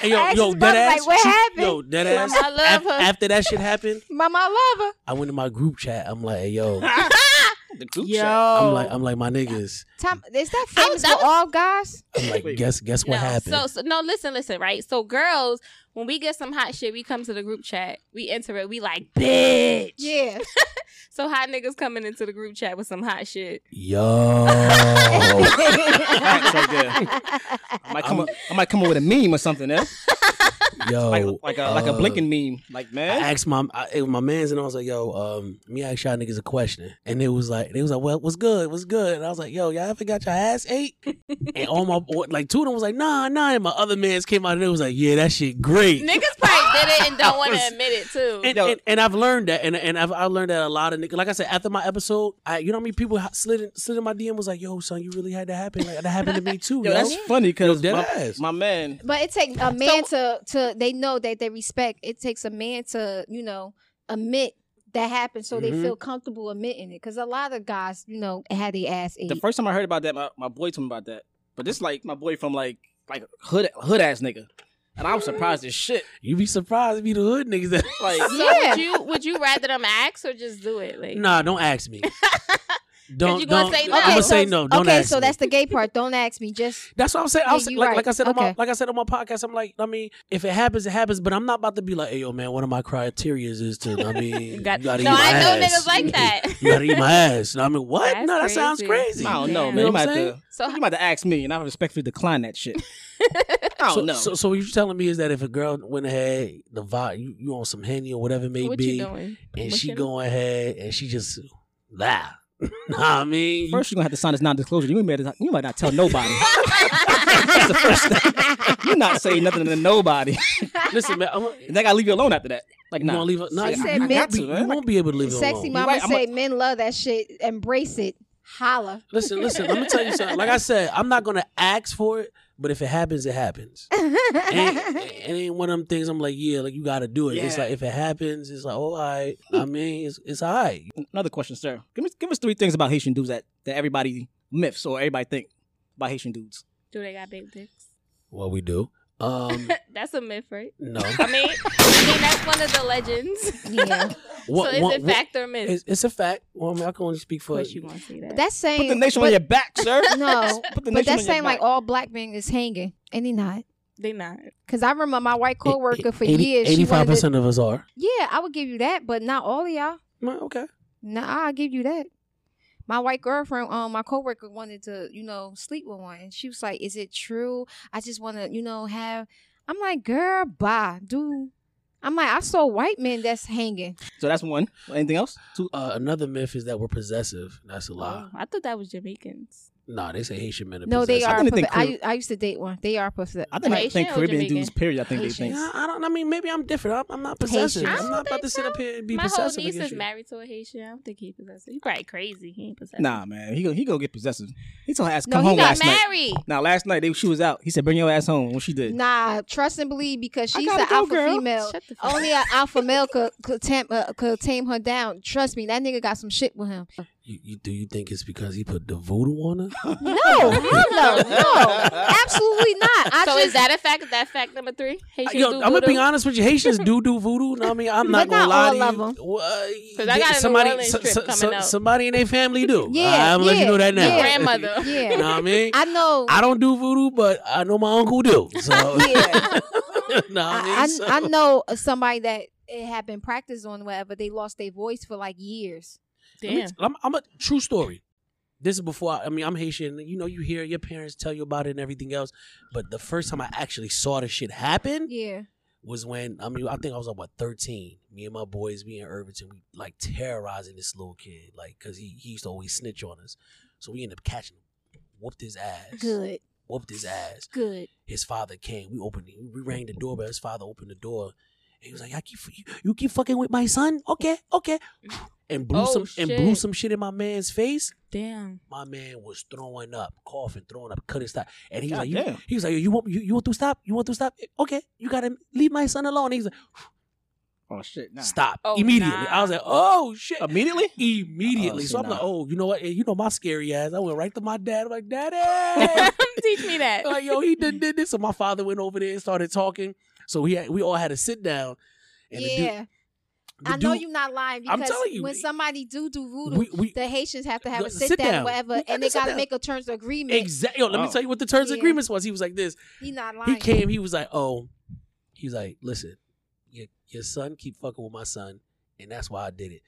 F: hey, yo,
C: Asked
F: yo,
C: his mother,
F: dead ass.
C: like, what
F: she-
C: happened?
F: Yo, dead ass.
D: I love
F: af-
D: her.
F: after that shit happened,
C: Mama, I love her.
F: I went to my group chat. I'm like, hey, yo,
E: The group
D: Yo,
E: chat.
F: I'm like, I'm like my niggas.
C: Tom, is that
D: I
C: famous
D: was-
C: for
D: I was-
C: all guys?
F: I'm like,
E: Wait,
F: guess guess what
D: no,
F: happened?
D: So, so no, listen, listen, right? So girls, when we get some hot shit, we come to the group chat, we enter it, we like, bitch.
C: Yeah.
D: So hot niggas coming into the group chat with some hot shit.
F: yo,
E: Alright, so, yeah. I might come. up- I might come up with a meme or something. Eh?
F: yo,
E: Like like a like a
F: uh,
E: blinking meme. Like man,
F: I asked my I, it was my man's and I was like, yo, um, let me ask y'all niggas a question. And it was like, they was like, well, what's good? What's good? And I was like, yo, y'all ever got your ass ate? and all my boy- like two of them was like, nah, nah. And my other man's came out and it was like, yeah, that shit great.
D: Niggas probably did it and don't want to
F: I was-
D: admit it too.
F: And,
E: Yo.
F: and, and I've learned that, and and I've I learned that a lot of niggas. Like I said, after my episode, I you know how many people ha- slid in, slid in my DM was like, "Yo, son, you really had that happen. Like, that happened to me too."
E: yo, that's funny
F: Yo,
E: because
F: dead
E: my,
F: ass.
E: my man.
C: But it takes a man to to they know that they respect. It takes a man to you know admit that happened, so they
F: Mhm.
C: feel comfortable admitting it. Because a lot of guys, you know, had their ass ate.
E: The first time I heard about that, my, my boy told me about that. But this like my boy from like like hood hood ass nigga, and I'm surprised as shit.
F: you be surprised if you the hood niggas. That,
E: Like
D: so
C: Yeah.
D: would you would you rather them ask or just do it? Like
F: nah, don't ask me. Don't
D: you gonna
F: don't.
D: say no.
F: I'm
D: Okay,
F: gonna say no. Don't
C: okay,
F: ask
C: so
F: me.
C: that's the gay part. Don't ask me. Just
F: That's what I'm saying. I
C: Yeah,
F: was,
C: you
F: like,
C: right.
F: like I said, on my,
C: Okay.
F: like I said on my podcast, I'm like, I mean, if it happens, it happens. But I'm not about to be like, hey, yo, man, one of my criterias is to, I mean, you,
D: got-
F: gotta
D: no,
F: eat my
D: I know
F: ass.
D: niggas like that.
F: you gotta eat my ass. And I mean, what?
D: That's
F: no, that sounds
D: crazy.
F: crazy.
E: I don't know,
D: Yeah.
E: man. You
F: You know what
E: might
F: I'm
E: have to
D: So
E: you might have to ask me, and I respectfully decline that shit. I
F: So,
E: don't know.
F: so, so what you're telling me is that if a girl went ahead, the vibe, you, you on some henny or whatever it may
D: what
F: be,
D: you doing?
F: and
D: What
F: she
D: you-
F: going ahead and she just laugh. nah, I mean,
E: First, you're gonna have to sign this non-disclosure. You might not, you might not tell nobody. That's the first thing. You're not saying nothing to nobody.
F: listen, man, I'm, you
E: And I gotta leave you alone after that. Like, nah.
F: gonna leave? it- Nah,
E: I-
F: you,
C: said men-
F: you, won't be-
E: I got to,
F: you
E: man.
F: won't be able to leave it
C: sexy
F: alone.
E: You
C: mama
E: right, I'm
C: say
E: a-
C: men love that shit. Embrace it. Holla.
F: Listen, listen, let me tell you something. Like I said, I'm not gonna ask for it, but if it happens, it happens. It ain't, it ain't one of them things I'm like, yeah, like you gotta do it. It's
E: Yeah.
F: like if it happens, it's like, oh, all right. I mean, it's it's all right.
E: Another question, sir. Give me, give us three things about Haitian dudes that, that everybody myths or everybody think about Haitian dudes.
D: Do they got big dicks?
F: Well, we do. Um,
D: That's a myth, right?
F: no.
D: I mean, I mean that's one of the legends.
C: Yeah,
F: What-
D: so is
F: what-
D: it
F: what-
D: fact or myth?
F: It's, it's a fact. Well, I mean, I can only speak
D: of
F: for.
D: course you gonna say that.
C: that's saying
E: Put the nation on your back, sir.
C: but- no,
E: Put the
C: but
E: nation on
C: that's
E: your
C: saying like
E: back.
C: all black men is hanging, and he not.
D: they not.
C: Cause I remember my white coworker for
F: Eighty-
C: years. she
F: Eighty-five
C: wanted to-
F: percent of us are.
C: Yeah, I would give you that, but not all of y'all.
F: Well, Okay.
C: Nah, I'll give you that. My white girlfriend, um, my coworker wanted to, you know, sleep with one, and she was like, "Is it true? I just want to, you know, have." I'm like, "Girl, bye, dude." I'm like, I saw white men that's hanging.
E: So that's one. Anything else? Two.
F: Uh, another myth is that we're possessive. That's a lie.
D: Oh, I thought that was Jamaicans.
F: Nah, they say Haitian men are
C: No, they
F: possessive.
C: are.
E: I didn't
C: Prof-
E: think
C: I,
E: Carib-
C: I used to date one. They are possessive.
E: I think, I
D: Haitian
E: think
D: or
E: Caribbean
D: Jamaican?
E: dudes, period. I think they
D: Haitian.
E: think.
F: Yeah, I don't. I mean, maybe I'm different. I'm, I'm not possessive.
C: Haitian. I
F: I'm
D: don't
F: not about to
D: think
F: sit
D: so.
F: up here and be
D: My whole
F: possessive.
D: niece
F: against
D: is
F: you.
D: married to a Haitian. I don't think he possessive. He probably crazy. He ain't possessive.
E: Nah, man. He go, he go get possessive. He told her ass
C: No,
E: come
C: he
E: home
C: got
D: got
E: last night.
D: married.
E: Now last night they, she was out. He said bring your ass home. When she did.
C: Nah, trust and believe because
E: I
C: she's
E: gotta
C: an
E: go,
C: alpha
E: girl.
C: female.
D: Shut the fuck
C: Only an alpha male could, could, tame, uh, could tame her down. Trust me, that nigga got some shit with him.
F: You, you do you think it's because he put the voodoo on her?
C: No, hell no, no, absolutely not. I
D: so
C: just,
D: is that a fact? Is that fact number three? Haitian
F: Uh, Yo,
D: do
F: I'm gonna
D: voodoo?
F: be honest with you. Haitians do do voodoo. No, I mean, I'm
C: But
F: not gonna
C: not
F: lie
C: all
F: to you.
C: of 'em.
F: Well,
D: Cause I got a New Orleans trip coming up.
F: somebody in their family do.
C: Yeah,
F: I'm gonna let
C: yeah,
F: you know that now.
C: yeah.
D: Grandmother.
F: You know
C: yeah,
F: what I mean? I,
C: I know.
F: don't do voodoo, but I know my uncle do. So,
C: yeah,
F: no, I, mean,
C: I,
F: so-
C: I, I know somebody that it had been practiced on whatever. They lost their voice for like years.
F: Let me-
D: Damn.
F: I'm, I'm a true story. This is before I, I mean I'm Haitian. You know, you hear your parents tell you about it and everything else. But the first time I actually saw the shit happen
C: Yeah,
F: was when I mean I think I was about 13. Me and my boys, me and Irvington, we like terrorizing this little kid, like because he, he used to always snitch on us. So we ended up catching him, whooped his ass,
C: good,
F: whooped his ass.
C: good.
F: His father came. We opened, we rang the doorbell. His father opened the door, And he was like, I keep you, you keep fucking with my son. Okay, okay. And blew
D: Oh,
F: some and blew
D: shit.
F: some shit in my man's face.
D: Damn.
F: My man was throwing up, coughing, throwing up, couldn't stop. And he was
E: God
F: like, you,
E: damn.
F: he was like, you want you, you want to stop? You want to stop? Okay, you gotta leave my son alone. He's like,
E: Oh shit! Nah.
F: stop
D: Oh,
F: immediately.
D: nah.
F: I was like, oh shit.
E: Immediately?
F: Immediately.
E: Oh, see,
F: so I'm like,
E: nah.
F: oh, you know what? You know my scary ass. I went right to my dad. I'm like, daddy.
D: Teach me that.
F: like, yo, he did, did this. So my father went over there and started talking. So we had, we all had to sit down. And the dude-
C: yeah,
F: the
C: I know
F: dude-
C: you're not lying
F: I'm
C: because
F: telling you,
C: when
F: we-
C: somebody do do voodoo,
F: We, we,
C: the Haitians have to have
F: Go-
C: a sit,
F: sit
C: down,
F: down.
C: or whatever,
F: We got
C: and
F: to
C: they
F: sit
C: gotta
F: down.
C: make a terms of agreement.
F: exactly. Yo, let me
E: Oh.
F: tell you what the terms and
C: Yeah.
F: agreements was. He was like this.
C: He not lying.
F: He came. He was like, oh, he was like, listen, your your son keep fucking with my son, and that's why I did it.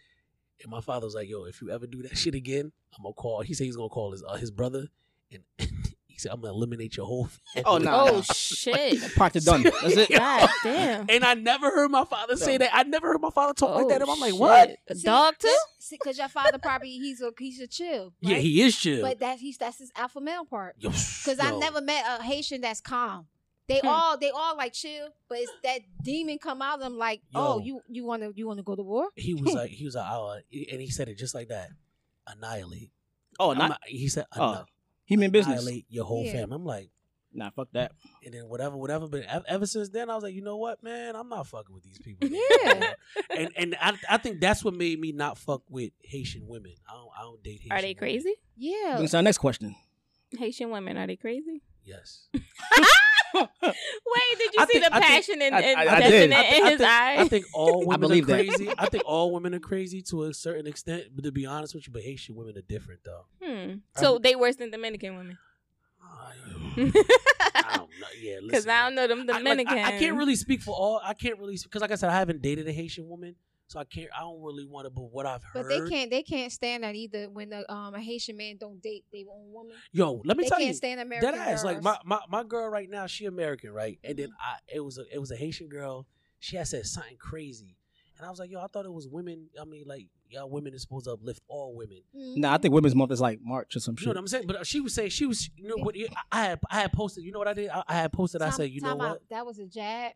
F: And my father was like, yo, if you ever do that shit again, I'm gonna call. He said he's gonna call his uh, his brother, and he said I'm gonna eliminate your whole. Family.
E: Oh, nah,
D: Oh
E: nah.
D: shit.
E: Part of done. That's it.
D: God damn.
F: And I never heard my father say
E: No.
F: that. I never heard my father talk like
D: Oh,
F: that. And I'm like,
D: shit.
F: what?
D: A dog too?
C: Because your father probably he's a he's a chill.
F: Yeah,
C: right?
F: he is chill.
C: But that he's that's his alpha male part.
F: Because
C: Because I never met a Haitian that's calm. They
D: Hmm.
C: all they all like chill, but it's that demon come out of them like, oh,
F: Yo.
C: you you wanna you wanna go to war?
F: He was like, he was like, oh, and he said it just like that. Annihilate.
E: Oh,
F: I'm
E: not
F: not- he said,
E: Oh, he mean business.
F: annihilate your whole
C: Yeah.
F: family. I'm like,
E: Nah, fuck that.
F: and then whatever, whatever. But ev- ever since then, I was like, you know what, man, I'm not fucking with these people.
C: Yeah.
F: and and I, I think that's what made me not fuck with Haitian women. I don't, I don't date Haitian.
D: Are they
F: women.
D: crazy?
E: We
C: Yeah.
E: can start next question.
D: Haitian women, are they crazy?
F: Yes.
D: Wait, did you
F: I
D: see
F: think-
D: the
F: I think-
D: passion in,
E: I-
D: in,
E: I- I
D: that's
E: did.
D: in,
E: I
F: thi-
D: in
F: I
D: his
F: think-
D: eyes?
F: I think all women
E: believe
F: are
E: that.
F: crazy. I think all women are crazy to a certain extent. But to be honest with you, but Haitian women are different though.
D: hmm. So they worse than Dominican women.
F: I
D: Because
F: don't know. Yeah, listen,
D: I don't know them
F: I- like,
D: Dominicans.
F: I, I can't really speak for all. I can't really because, like I said, I haven't dated a Haitian woman, so I can't. I don't really want to. But what I've heard,
C: But they can't they can't stand that either when the um a Haitian man don't date their own woman.
F: Yo, let me
C: They
F: tell
C: can't
F: you,
C: stand American.
F: that ass. Like
C: girls.
F: my, my my girl right now, she American, right? And then I, it was a it was a Haitian girl. She had said something crazy, and I was like, yo, I thought it was women. I mean, like y'all women is supposed to uplift all women.
C: Mhm.
E: Nah, I think Women's Month is like March or some
F: You
E: shit.
F: know what I'm saying? But she was saying she was. You know what? I- I had I had posted. You know what I did? I, I had posted. I
C: Time-
F: said, you know
C: time
F: what?
C: out. That was a jab.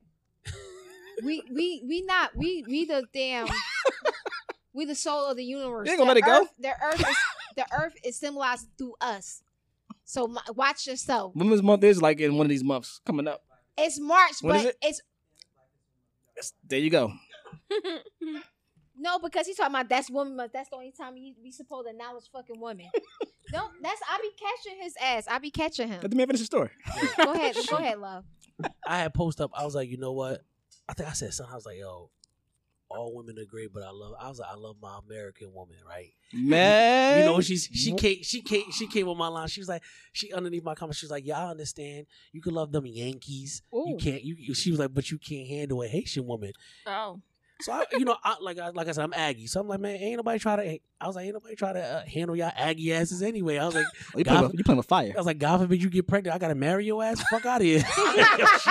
C: we we we not we we the damn we the soul of the universe.
E: You ain't gonna
C: the
E: let it go?
C: earth, The earth is the earth is symbolized through us. So my, watch yourself.
E: Women's Month is like in one of these months coming up.
C: It's March,
E: When
C: but
E: is it?
C: it's
E: Yes, There you go.
C: no because he's talking about that's woman month. That's the only time you we supposed to acknowledge fucking women. no, that's I be catching his ass. I be catching him.
E: Let the man finish the story.
C: Go ahead, go ahead, love.
F: I had post up. I was like, you know what? I think I said something. I was like, yo, all women are great, but I love. I was like, I love my American woman, right?
E: Man,
F: You know, she's she
E: Wh-
F: came she came she came on my line. She was like, she underneath my comment. She was like, yeah, I understand. You can love them Yankees. You
C: Ooh.
F: can't. You. you- She was like, but you can't handle a Haitian woman.
D: oh.
F: So I, you know, I, like I, like I said, I'm Aggie. So I'm like, man, ain't nobody try to. I was like, ain't nobody try to uh, handle y'all Aggie asses anyway. I was like,
E: Oh, you playing
F: God-
E: with, you playing with fire.
F: I was like, God forbid you get pregnant. I gotta marry your ass. Fuck out of here. she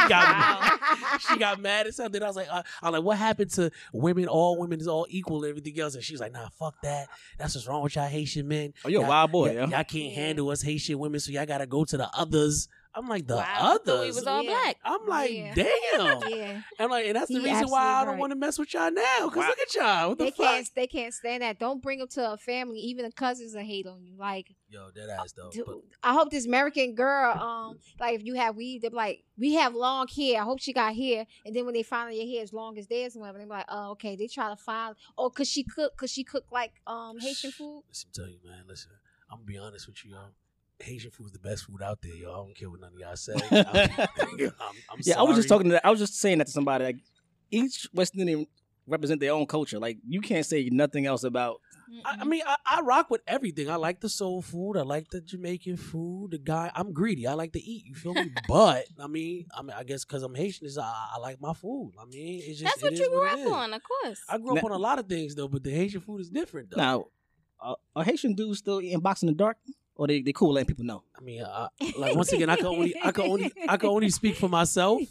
F: got she got mad at something. I was like, uh, I was like, what happened to women? All women is all equal and everything else. And she was like, nah, fuck that. That's what's wrong with y'all Haitian men.
E: Oh, you're a
F: Y'all-
E: wild boy,
F: y'all,
E: yeah.
F: y'all can't
C: Yeah.
F: handle us Haitian women, so y'all gotta go to the others. I'm like, the
D: wow. So we
F: others.
D: was all
C: Yeah.
D: black.
F: I'm like,
C: Yeah.
F: damn.
C: Yeah,
F: I'm like, and that's the
C: He
F: reason why I
C: absolutely
F: don't
C: right.
F: want to mess with y'all now. Cause
E: Wow.
F: look at y'all. What the
C: they
F: fuck?
C: can't they can't stand that. Don't bring them to a family. Even the cousins will hate on you. Like
F: Yo, that ass though.
C: Dude,
F: But
C: I hope this American girl, um, like if you have weave, they're like, we have long hair. I hope she got hair. And then when they find out your hair as long as theirs, and whatever, they're like, oh, okay. They try to find, oh, cause she cook, cause she cook like um Haitian food.
F: Listen, tell you, man. Listen, I'm gonna be honest with you, y'all. Haitian food is the best food out there, yo. I don't care what none of y'all say. I'm, I'm
E: Yeah, I was just
F: sorry.
E: talking to. I was just saying that to somebody. Like, each West Indian represent their own culture. Like, you can't say nothing else about.
F: I, I
D: Mm-hmm.
F: mean, I, I rock with everything. I like the soul food. I like the Jamaican food. The guy, I'm greedy. I like to eat. You feel me? but I mean, I mean, I guess because I'm Haitian, is I, I like my food. I mean, it's just
D: That's
F: it
D: what
F: is
D: you grew
F: it
D: up
F: is.
D: on, of course.
F: I grew up
E: Now-
F: on a lot of things though, but the Haitian food is different though.
E: Now, uh, are Haitian dudes still eating box in the dark, or they they cool letting people know?
F: I mean, I, like once again, I can only, I can only, I can only speak for myself.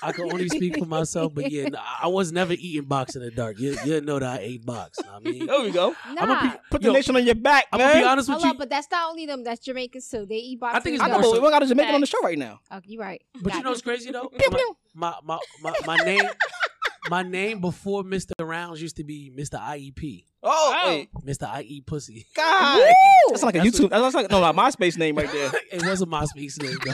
F: I can only speak for myself. But yeah, nah, I was never eating box in the dark. You, you know that I ate box. I mean,
E: There we go.
C: Nah,
F: be-
E: Put the
F: Yo,
E: nation on your back,
F: I'm
E: man.
F: gonna be honest with
C: hold
F: you.
C: up, but that's not only them. That's Jamaicans too. They eat boxes.
F: I think it's
E: I know,
F: more
E: but we got a Jamaican on the
D: Facts.
E: show right now.
C: Oh, you right.
F: But
C: Got
F: you know
C: it.
F: what's crazy though? My, my, my, my, my name my name before Mr. Rounds used to be E Mr. IEP.
B: Oh,
D: Oh.
B: hey,
F: Mr. IE E Pussy.
B: God.
E: That's like a
F: That's
E: YouTube. That's like no, my MySpace name right there.
F: it wasn't MySpace name. though.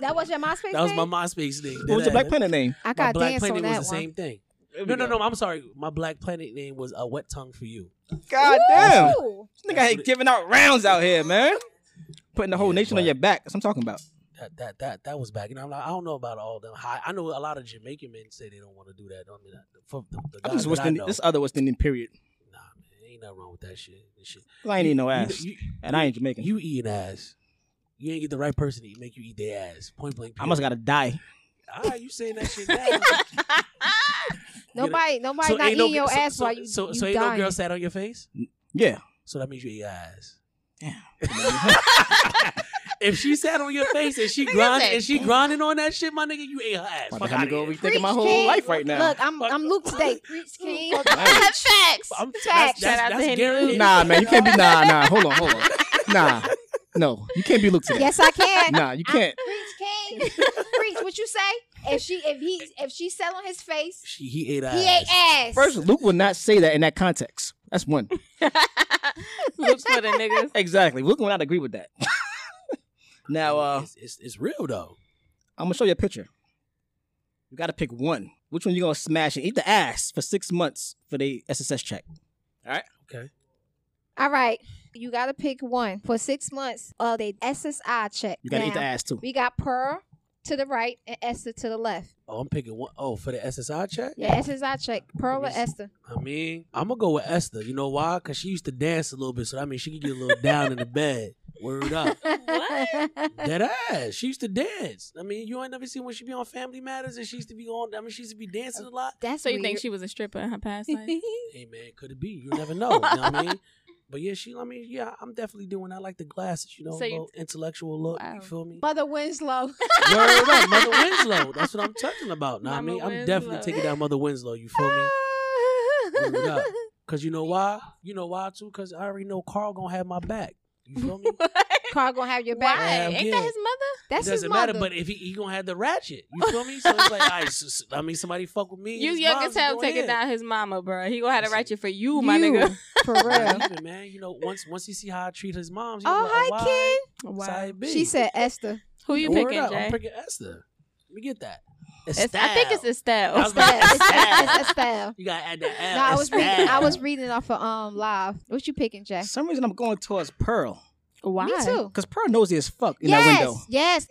C: That was your MySpace.
F: That was my
C: name?
F: MySpace name.
E: What was your
F: Deadass.
E: Black Planet name?
C: I
F: My
C: got
F: Black
C: dance on
F: Planet
C: that
F: was
C: one.
F: the same thing. No, no, no. I'm sorry. My Black Planet name was a wet tongue for you.
B: God damn.
C: Ooh.
E: This nigga ain't giving out rounds out here, man. Putting the whole
F: Yeah,
E: nation on
F: but-
E: your back. That's what I'm talking about.
F: That that that that was back. And I'm like, I don't know about all them high. I know a lot of Jamaican men say they don't want to do that. I mean, I- for the, the
E: I'm
F: guys
E: just
F: that
E: West
F: I
E: Indian,
F: know,
E: this other West Indian period.
F: nah, man, ain't nothing wrong with that shit. This shit.
E: 'Cause I ain't eat no ass,
F: You, you,
E: and I ain't Jamaican.
F: you eating ass. You ain't get the right person to make you eat their ass. Point blank.
E: I must
F: period.
E: gotta die.
F: Ah, you saying that shit now?
C: Nobody, nobody not
F: ain't
C: eating your
F: so-
C: ass
F: so,
C: while you
F: so,
C: you
F: so ain't
C: dying.
F: no girl sat on your face.
E: Yeah,
F: So that means you ate your ass.
E: Damn.
F: if she sat on your face and she
D: Nigga
F: grinding
D: said-
F: and she grinding on that shit, my nigga, you ate her ass.
E: I'm
F: Fuck
E: having to
F: outta
E: go
F: here.
E: rethinking my
C: Preach,
E: whole
C: King.
E: life right now.
C: Look, I'm I'm Luke today. Preach King.
D: Facts.
F: I'm-
C: Facts.
F: that's, that's,
D: Shout out to
F: that's
D: Henny
F: guaranteed.
E: Nah, man, you can't be nah, nah. Hold on, hold on. Nah, no, you can't be Luke today.
C: Yes, I can.
E: Nah, you can't.
C: Preach King. Preach. What you say? If she, if he, if she sat on his face,
F: She, he ate her
C: he
F: ass.
C: ate ass.
E: First, Luke would not say that in that context. That's one.
D: Looks for the niggas.
E: Exactly. Luke would not agree with that. now, uh,
F: it's, it's, it's real though.
E: I'm gonna show you a picture. You gotta pick one. Which one you gonna smash and eat the ass for six months for the SSS check?
F: Okay.
C: All right, you gotta pick one for six months. Uh, they SSI check.
E: You gotta eat
C: Now,
E: the ass too.
C: We got Pearl to the right and Esther to the left.
F: Oh, I'm picking one. Oh, for the SSI check.
C: Yeah, SSI check. Pearl or
F: Let me see.
C: Esther.
F: I mean, I'm gonna go with Esther. You know why? Cause she used to dance a little bit, so that means she could get a little down in the bed. Word up.
C: What?
F: That ass. She used to dance. I mean, you ain't never seen when she be on Family Matters and she used to be on. I mean, she used to be dancing a lot.
C: That's
D: So you
C: weird.
D: think she was a stripper in her past life?
F: Hey man, could it be? You never know. you know what I mean? But yeah, she. I mean, yeah, I'm definitely doing. I like the glasses. You know,
D: So you-
F: little intellectual look.
D: Wow.
F: You feel me?
C: Mother Winslow.
F: Word up, Mother Winslow. That's what I'm talking about. Now I
D: Mama
F: mean, I'm definitely
D: Winslow.
F: taking down Mother Winslow. You feel me? Word up. Cause you know why? You know why too? Cause I already know Carl gonna have my back. You feel me?
C: Carl gonna have your back.
D: Why?
F: Hell
D: Ain't
F: yeah.
D: that his mother?
C: That's
F: it
C: his
F: doesn't
C: mother.
F: matter. But if he, he gonna have the ratchet, you feel me? So it's like, I, I mean, somebody fuck with me.
D: You
F: his
D: young as
F: mom's
D: hell
F: going
D: taking
F: in.
D: down his mama, bro. He gonna have to write you for you, my
C: You,
D: nigga.
C: for
F: Not
C: real.
F: even, man. You know, once once he see how I treat his moms, you
C: oh,
F: like,
C: hi,
F: Why?
C: Ken. She said Esther.
D: Who you
F: Word
D: picking,
F: up. I'm
D: Jay?
F: picking Esther. Let me get that.
D: It's- I think it's
F: Estelle. I
D: Estelle.
F: was about
C: Estelle.
F: to
C: It's,
F: say
C: it's,
F: Estelle.
C: it's Estelle.
F: You gotta add the L.
C: No, I was reading. I
F: Estelle.
C: was reading it off of um live. What you picking,
E: For
C: Jay?
E: some reason, I'm going towards Pearl
D: Why?
C: Me too.
E: because Pearl nosy as fuck in
C: yes,
E: that window.
C: yes,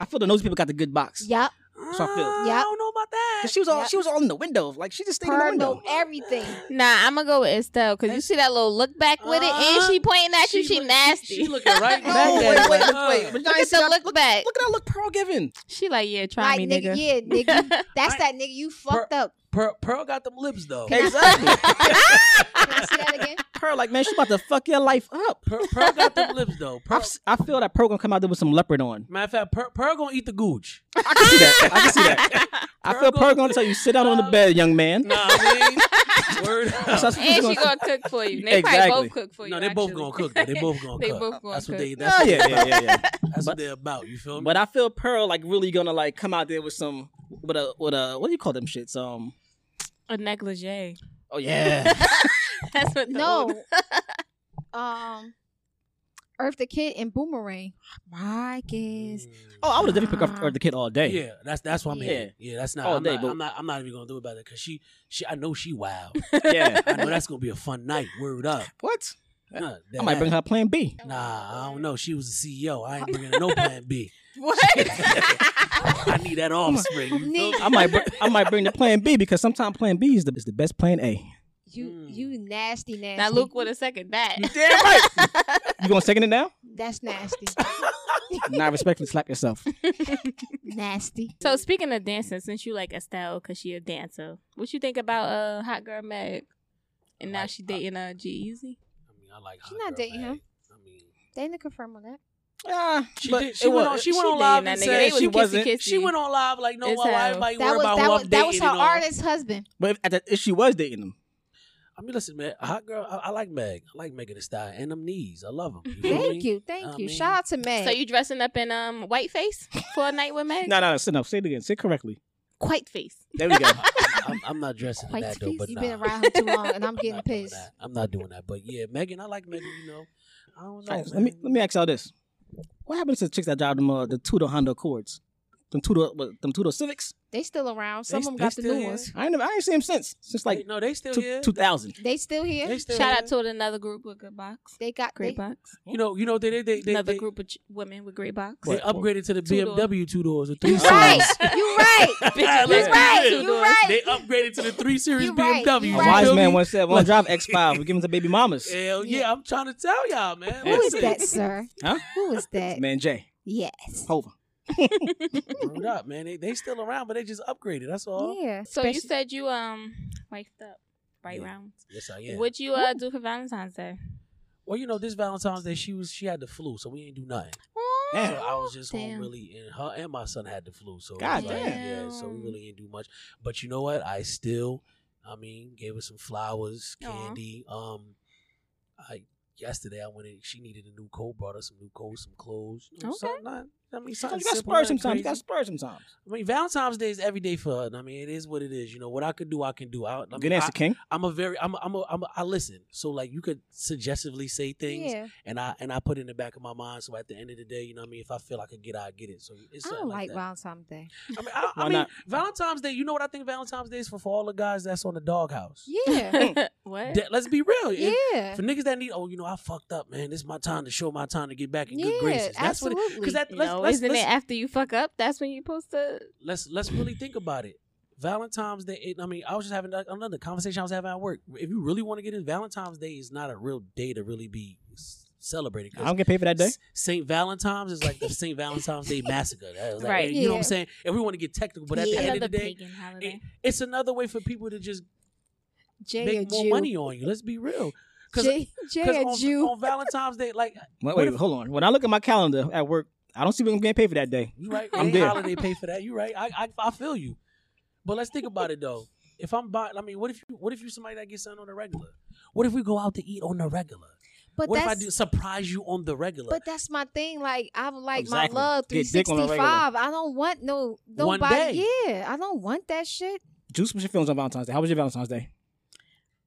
E: I feel the nosy people got the good box.
C: yep.
E: That's how I feel.
F: Ah,
C: Yep.
F: I don't know about that.
E: Cause she was all
C: Yep.
E: she was all in the window. Like she just stayed
C: Her
E: in the window.
C: know everything.
D: Nah, I'm gonna go with Estelle because you see that little look back with it, and
F: Uh,
D: she pointing at you. She
F: look-
D: nasty.
F: She looking right
C: No,
F: back
E: Oh,
F: at
E: wait,
F: you,
E: wait,
F: like,
E: wait,
F: uh,
E: wait. But
D: Look
E: y'all
D: at the
E: see-
D: look back.
E: Look at that look Pearl giving.
D: She like, yeah, try
C: Like
D: me,
C: nigga,
D: nigga.
C: yeah, nigga. That's that nigga. You fucked up.
F: Pearl, Pearl got them lips though.
E: Exactly.
C: Can I see that again?
E: Pearl, like man, she about to fuck your life up.
F: Pearl, Pearl got them lips though.
E: I've
F: Pearl,
E: s- I feel that Pearl gonna come out there with some leopard on.
F: matter of fact, Pearl, Pearl gonna eat the gooch.
E: I can see that. I can see that. I feel Pearl gonna tell you sit down on the bed, young man.
F: Nah, I mean, word up.
E: That's what she's
D: And she
E: gonna say.
D: gonna cook for you. They
E: Exactly.
D: probably both cook for you.
F: no, they both
D: actually.
F: gonna cook. Though. They both gonna
D: They
F: cook.
D: both gonna
F: that's what
D: cook.
F: they. That's,
E: Oh
F: what,
E: yeah, yeah, yeah, yeah.
F: that's
E: But-
F: what they're about. You feel me?
E: But I feel Pearl like really gonna like come out there with some with a with a what do you call them shits? Um
D: A negligee.
E: oh yeah.
D: That's what. the old-
C: No. um, Earth the Kid and Boomerang. My kids.
E: oh, I would have definitely picked up Earth the kid all day.
F: Mm. Yeah, that's that's what I'm
E: Yeah.
F: yeah. Yeah, that's not.
E: All
F: I'm,
E: day,
F: not
E: but-
F: I'm not. I'm not even gonna do about it because she, she. I know she wild.
E: Yeah.
F: I know that's gonna be a fun night. Word up.
E: What?
F: Nah,
E: I might bring her plan B.
F: Nah, I don't know. She was the CEO. I ain't bringing her no plan B.
D: What?
F: I need that offspring. You feel me?
E: I might br- I might bring the plan B because sometimes plan B is the, is the best plan A.
C: You
F: Mm.
C: you nasty nasty.
D: now Luke would have second that.
E: Damn right. You gonna second it now?
C: That's nasty.
E: Nah, respectfully slap yourself.
C: nasty.
D: So speaking of dancing, since you like Estelle because she a dancer, what you think about uh Hot Girl Meg? And now
F: Like,
D: she dating uh G Easy.
F: I mean, I like.
C: She
F: hot
C: not
F: girl
C: dating
F: bag.
C: him.
F: I mean,
C: They didn't confirm on that.
E: Ah,
F: she,
E: but
F: did, she
E: it
F: went
E: wa-
F: on. She went
D: she
F: on live
D: dating
F: and
D: that nigga.
F: said
D: They was
F: she
D: kissing,
F: wasn't. She
D: kissing.
F: went on live like no
D: It's
F: one.
D: how-
F: Why everybody
C: That
F: worry
C: was
F: about
C: that
F: who
C: was that
F: I'm dating
C: was her
F: and all.
C: artist husband.
E: But if, at the, if she was dating him,
F: I mean, listen, man. a Hot girl. I, I like Meg. I like Megan Thee Stallion and them knees. I love them.
C: Thank you, thank
F: I
C: you.
F: mean-
C: Shout out to Meg.
D: So you dressing up in um whiteface for a night with Meg?
E: no, no, no, sit no, say it again, say it correctly.
D: quite face.
E: There we go.
F: I'm, I'm not dressing in
C: Quite
F: that though.
C: face.
F: But
C: You've
F: nah.
C: been around him too long, and I'm getting
F: not doing
C: pissed.
F: that. I'm not doing that. But yeah, Megan, I like Megan. You know, I don't know.
E: Alright, let me
F: man.
E: let me ask y'all this: What happened to the chicks that drive them uh, the two door Honda Accords? Them two door what, them two door Civics?
C: They still around. Some
F: They-
C: of them
F: they
C: got the
F: still
C: new
F: here?
C: ones.
E: I ain't never, I ain't seen them since since like
F: Wait, no, they still here.
E: two thousand.
C: They still here.
F: They
C: They,
F: still
D: Shout
F: here.
D: out to another group with Good Box.
C: got
D: Great
C: they,
D: Box.
F: you know you know they they they, they,
D: another
F: they,
D: group of ch- women with Great Box.
F: they upgraded to the
D: Two door.
F: BMW two doors or three
C: You
F: series.
C: right. You right.
F: Let's
D: you
F: be
D: right,
F: real.
D: you
C: You right.
F: They upgraded to the three series
C: You right,
F: BMW.
C: you
E: A
F: you
C: right.
E: wise
F: feel
E: man
F: me?
E: once said, "Want to drive X five? We give them to baby mamas."
F: Hell yeah, I'm trying to tell y'all, man.
C: Who is
F: Listen.
C: that, sir?
E: Huh?
C: Who is that?
E: Man, Jay,
C: Yes.
E: Hova.
F: Word up, man. They, they still around, but they just upgraded. That's all.
C: Yeah.
D: So you
C: Especially-
D: said you um wiped up right
F: Yeah.
D: rounds.
F: Yes, I am.
D: What'd you uh, do for Valentine's Day?
F: well, you know, this Valentine's Day, she was she had the flu, so we ain't do nothing. So I was just home
D: Oh, Damn.
F: really, and her and my son had the flu, so it was
E: God
F: like,
D: damn.
F: yeah, so we really didn't do much. But you know what? I still, I mean, gave her some flowers,
D: Aw.
F: candy. Um, I yesterday I went in. She needed a new coat, brought her some new coats, some clothes. You know,
D: Okay.
F: something not- I mean, something
E: Sometimes you got
F: simple,
E: spurs
F: nothing
E: sometimes. You
F: crazy.
E: got spurs sometimes.
F: I mean, Valentine's Day is every day for her. and I mean, it is what it is. You know, what I could do, I can do. I, I
E: Good
F: mean, I,
E: answer, King.
F: I'm a very, I'm, a, I'm, a, I'm a, I listen. So like, you could suggestively say things,
C: Yeah.
F: and I and I put it in the back of my mind. So at the end of the day, you know what I mean. If I feel I could get, I get it. So it's
C: I
F: something
C: don't like
F: that.
C: Valentine's Day.
F: I mean, I,
E: Why
F: I mean
E: not?
F: Valentine's Day. You know what I think Valentine's Day is for? For all the guys that's on the doghouse.
C: Yeah.
D: what?
F: That- let's be real. It-
C: yeah.
F: for niggas that need, oh, you know, I fucked up, man. This is my time to show my time to get back in good
C: Yeah,
F: graces. That's what.
C: absolutely.
F: Because that let's,
D: no,
F: let's,
D: isn't
F: let's,
D: it after you fuck up? That's when you supposed to.
F: let's let's really think about it. Valentine's Day. It, I mean, I was just having like, another conversation I was having at work. If you really want to get in, Valentine's Day is not a real day to really be s- celebrating. 'cause
E: I don't get paid for that day.
F: S- Saint Valentine's is like the Saint Valentine's Day massacre. That was like,
D: Right.
F: You know what I'm
C: Yeah.
F: saying? If we want to get technical, but at
C: Yeah.
F: the end
D: Another
F: of the day,
D: pagan holiday.
F: it, it's another way for people to just
C: Jay a
F: make more
C: Jew.
F: money on you. Let's be real. Because
C: Jay, Jay a
F: on,
C: Jew.
F: on Valentine's Day, like
E: Wait,
F: what
E: wait,
F: if-
E: hold on. When I look at my calendar at work, I don't see what I'm getting paid for that day.
F: you right,
E: I'm
F: ain't
E: there.
F: holiday pay for that. You right. I, I I feel you. But let's think about it though. If I'm buying, I mean, what if you what if you somebody that gets something on the regular? What if we go out to eat on the regular?
C: but
F: what if I
C: that's
F: do surprise you on the regular?
C: but that's my thing. Like I would like
E: Exactly.
C: my love
E: Get dick on the regular.
C: 365. I don't want no
F: One
C: nobody.
F: day.
C: Yeah, I don't want that shit.
E: Juice, what's your feelings on Valentine's Day? How was your Valentine's Day?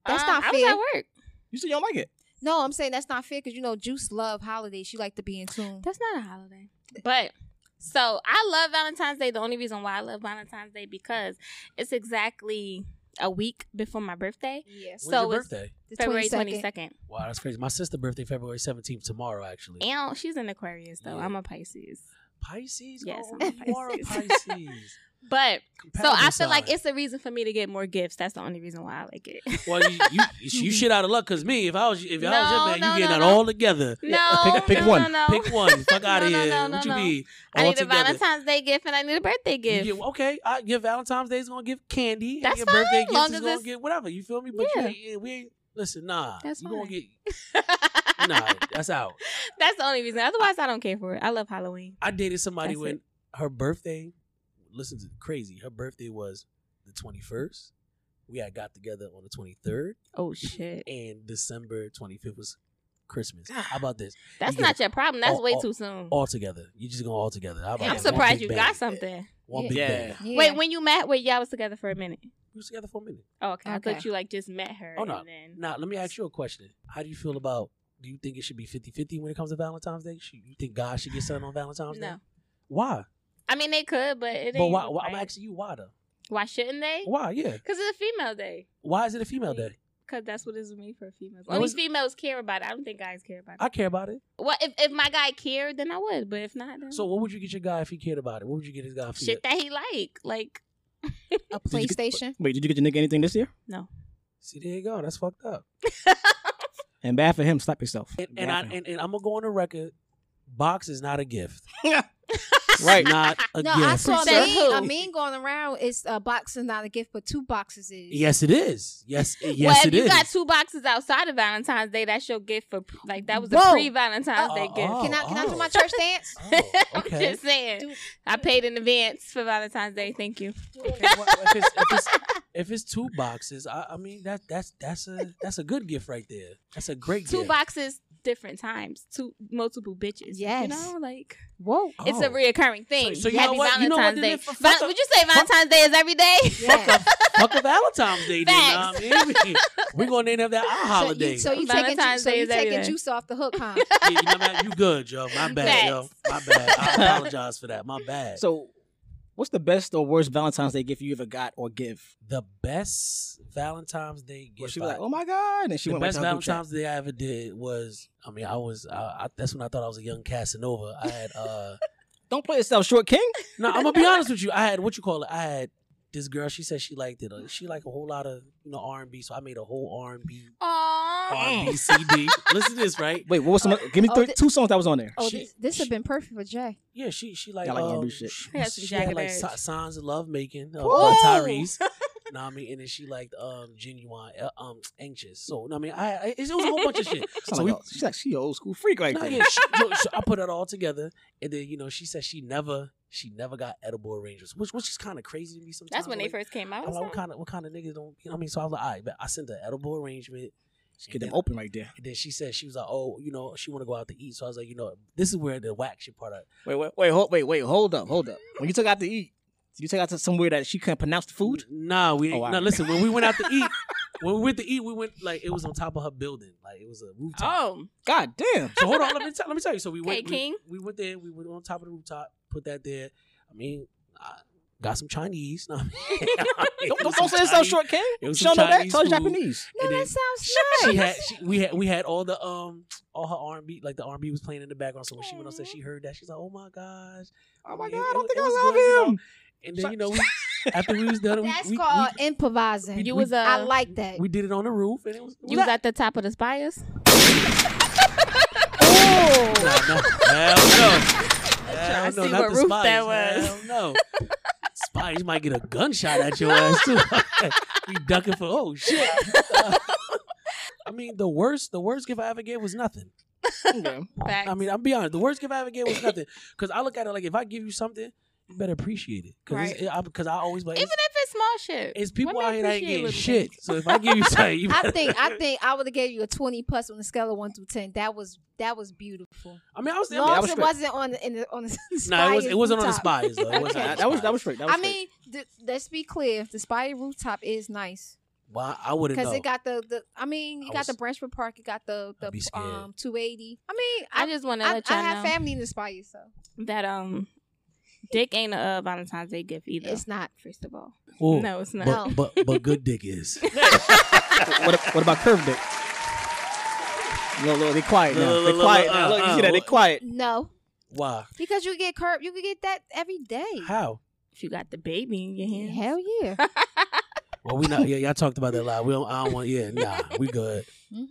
C: That's
D: Um,
C: not
D: I was
C: fair.
D: at work.
E: You said you don't like it.
C: No, I'm saying that's not fair because you know Juice love holidays. She like to be in tune.
D: That's not a holiday. But so I love Valentine's Day. The only reason why I love Valentine's Day because it's exactly a week before my birthday.
C: Yes.
F: When's
D: so
F: your
D: it's-
F: birthday?
C: The
D: February
C: 22nd.
D: 22nd.
F: Wow, that's crazy. My sister' birthday February seventeenth tomorrow actually.
D: And she's an Aquarius, though.
F: Yeah.
D: I'm a Pisces.
F: Pisces.
D: Yes,
F: oh,
D: I'm a
F: you are a
D: Pisces.
F: Pisces.
D: But so
F: Compatible
D: I feel like
F: sign.
D: it's a reason for me to get more gifts. That's the only reason why I like it.
F: well, you, you, you, you shit out of luck because me, if I was if I was
D: No,
F: your man,
D: no,
F: you getting
D: no,
F: it
D: no.
F: all together.
D: No,
E: Pick- pick
D: no,
E: one.
D: No, no.
F: Pick one. Fuck out of
D: No, no,
F: here.
D: no, no,
F: what you
D: no.
F: mean?
D: I
F: All
D: need a
F: together.
D: Valentine's Day gift and I need a birthday
F: You
D: gift.
F: get- okay, I, your Valentine's Day is gonna give candy.
D: That's
F: and your birthday
D: fine, long
F: gift is
D: as
F: gonna
D: it's-
F: get whatever. You feel me? But
D: Yeah.
F: you ain't, yeah, we ain't, listen, nah.
D: That's
F: you gonna
D: fine.
F: get nah. That's out.
D: That's the only reason. Otherwise, I don't care for it. I love Halloween.
F: I dated somebody
D: That's
F: when
D: it.
F: her birthday. Listen to crazy. Her birthday was the twenty first. We had got together on the twenty third,
D: Oh shit.
F: and December twenty fifth was Christmas. How about this?
D: That's
F: You
D: not your problem. That's
F: all-
D: way
F: all-
D: too soon.
F: All together. You just going all together. How about
D: I'm
F: that? One
D: surprised
F: big
D: you
F: bang.
D: got something.
F: One
C: Yeah.
F: big
E: Yeah.
F: bang.
C: Yeah.
D: Wait, when you met, wait, y'all was together for a minute.
F: We was together for a minute.
D: Oh, okay. I
C: Okay.
D: thought you like just met her.
F: Oh, no.
D: And then...
F: Now, let me ask you a question. How do you feel about? Do you think it should be 50-50 when it comes to Valentine's Day? Should, you think God should get something on Valentine's Day?
D: No.
F: Why?
D: I mean, they could, but it ain't.
F: But why, why? I'm
D: right.
F: asking Oh. you why though.
D: Why shouldn't they?
F: Why? Yeah.
D: Because it's a female day.
F: Why is it a female day?
D: Because that's what it's made for females.
F: No,
D: Only
F: it's-
D: females care about it. I don't think guys care about it.
F: I care about it.
D: Well, if, if my guy cared, then I would. But if not, then
F: So what would you get your guy if he cared about it? What would you get his guy if he
D: shit that he like, like
C: A
E: Did you get-
C: PlayStation.
E: Wait, did you get your nigga anything this year?
F: See, there you go. That's fucked up.
E: And bad for him. Slap yourself.
F: And, and, I,
E: Bad for him.
F: and, and I'm gonna go on the record. Box is not a gift.
E: right.
F: Not a
C: No,
F: gift.
C: I saw a
D: Sir.
C: meme, a meme going around. It's a box is uh, not a gift, but two boxes is.
F: Yes, it is. Yes, it-
D: well,
F: yes,
D: if
F: it
D: you
F: is.
D: got two boxes outside of Valentine's Day, that's your gift for like that was a
C: Whoa.
D: pre Valentine's Day gift.
F: Uh-uh.
C: Can I can I
F: Oh,
C: do my church dance?
F: Oh,
D: I'm
F: okay.
D: just saying,
C: Do-
D: I paid in advance for Valentine's Day. Thank you.
F: Okay, well, if, it's, if, it's, if it's two boxes, I, I mean that that's that's a that's a good gift right there. That's a great
D: Two
F: gift.
D: boxes, different times to multiple bitches. You
C: Yes.
D: know, like
C: Whoa.
D: it's a
F: Oh.
D: reoccurring thing.
F: So- so you
D: Happy
F: know what? You know what
D: Valentine's
F: then
D: Day.
F: if- fuck
D: Val-
F: a-
D: would you say Valentine's Day is every day?
C: Yeah.
F: Fuck a Valentine's Day, then. Nah,
D: Facts.
F: man. We're going to name that our holiday.
C: So you, so you taking, ju-
D: Valentine's
C: so
D: Day
C: you
D: is every
C: taking
D: day.
C: juice off the hook, huh?
F: Yeah, you, know, man, you good, yo. My bad, yo. My bad. I apologize for that. My bad.
E: So, what's the best or worst Valentine's Day gift you ever got or give?
F: the best Valentine's Day gift.
E: Where she was
F: I-
E: like, "Oh my god!" and she
F: the
E: went
F: best
E: right to her group chat.
F: Valentine's Day I ever did was, I mean, I was, I, I, that's when I thought I was a young Casanova. I had, uh,
E: Don't play yourself short, King.
F: no, I'm gonna be honest with you. I had what you call it. I had this girl. She said she liked it. Uh, She liked a whole lot of you know R and B. So I made a whole R and B R and
D: Aww.
F: B CD. Listen to this, right?
E: Wait, what was some? give me
C: oh,
E: three,
C: thi-
E: two songs that was on there.
C: Oh,
F: She-
C: this, this have been perfect for Jay.
F: Yeah, she she like,
E: I like
F: um,
E: R&B shit.
F: She,
D: I got some
F: she had
D: jagged
F: like
D: edge.
F: si- signs of love making uh,
E: Whoa!
F: by Tyrese. know what I mean? And then she liked um genuine, uh, um anxious. So know what I mean, I, I it was a whole bunch of shit.
E: Sound
F: So
E: like
F: we
E: a- she's like she a old school freak right
F: No,
E: there.
F: yeah, she, yo, so I put it all together, and then you know she said she never she never got edible arrangements, which which is kind of crazy to me. Sometimes
D: That's when they
F: Like,
D: first came out.
F: I'm like, what
D: so-
F: kind of what kind of niggas don't? You know what I mean, so I was like, all right, but I sent the edible arrangement,
E: Just get them open right there.
F: and then she said she was like, oh, you know, she want to go out to eat. So I was like, you know, this is where the whack shit part. Of,
E: Wait, wait, wait, hold, wait, wait, hold up, hold up. When you took out to eat, did you take out to somewhere that she couldn't pronounce the food?
F: Nah, we
E: Oh, all
F: no.
E: right.
F: Listen, when we went out to eat, when we went to eat, we went like it was on top of her building, like it was a rooftop.
D: Oh,
E: God damn.
F: So hold on, let me tell, let me tell you. So we went,
D: Okay,
F: we-
D: King.
F: We, went there. We went on top of the rooftop, put that there. I mean, I got some Chinese. Nah, I mean, it
E: Don't, don't,
F: was some
E: don't say yourself
F: Chinese-
E: short, King.
F: It was
E: She
F: some
E: don't know that.
F: Chinese
E: Tell her
F: food.
E: Japanese.
C: No,
F: And
C: that
F: then
C: sounds nice.
F: She had, she, we had, we had all the um, all her R and B, like the R and B was playing in the background. So when she went upstairs, she heard that. She's like, "Oh my gosh!"
E: Oh my
F: It-
E: god, I
F: it-
E: don't think
F: it was
E: I
F: good,
E: love him.
F: And then you know, we, after we was done, we,
C: That's
F: we,
C: called
F: we,
C: improvising.
D: you was a
C: I like that.
F: we did it on the roof, and it was
D: you was at the top of the spires.
C: oh,
F: Hell no. Hell
D: trying to
F: no.
D: see
F: Not
D: what
F: the
D: roof
F: spies.
D: that was.
F: Hell no. Spies might get a gunshot at your ass too. you ducking for oh shit. Uh, I mean, the worst, the worst gift I ever gave was nothing.
E: Okay.
D: Facts.
F: I mean, I'm be honest, the worst gift I ever gave was nothing. Because I look at it like, if I give you something, you better appreciate it. Because I, 'cause I always, but
D: even
F: it's,
D: if it's small shit.
F: it's people
D: women
F: out here that ain't
D: appreciate
F: getting
D: little
F: shit.
D: things.
F: So if I give you something, you
C: I
F: better-
C: think I think I would have gave you a twenty plus on the scale of one through ten. That was that was beautiful.
F: I mean, I was,
C: As long
E: that
C: as
E: was
C: it
E: great.
C: wasn't on the, in the on the
F: nah, it was,
C: Spires
F: it wasn't on the
C: rooftop.
F: spies though. It wasn't on
E: That,
F: the
E: that was that
F: spies.
E: was straight. That was
C: I
E: straight.
C: mean, th- let's be clear. The Spire rooftop is nice
F: Why I wouldn't
C: because
F: know.
C: it got the, the I mean, you
F: I
C: got
F: was-
C: the Branchford Park. You got the
F: I'd be
C: the
F: scared.
C: um two eighty. I mean, I
D: I just want to
C: I,
D: let
C: I
D: y'all
C: have
D: know
C: family in the Spire, so
D: that um, dick ain't a uh, Valentine's Day gift either.
C: it's not.
D: first of all,
F: Ooh.
D: no, it's not.
F: But,
C: No.
F: but but good dick is.
E: what, what about curved dick? No, no, they quiet now.
F: Look,
E: They
F: look,
E: quiet
F: look,
E: now.
F: uh,
E: Look, you
F: uh,
E: see that? They
F: what-
E: quiet.
C: No,
F: Why?
C: because you get curb, you can get that every day.
F: How?
D: If you got the baby in your hand,
C: Hell yeah.
F: Well, we not. Yeah, y'all talked about that a lot. We don't. I don't want. Yeah, nah. We good.
C: hmm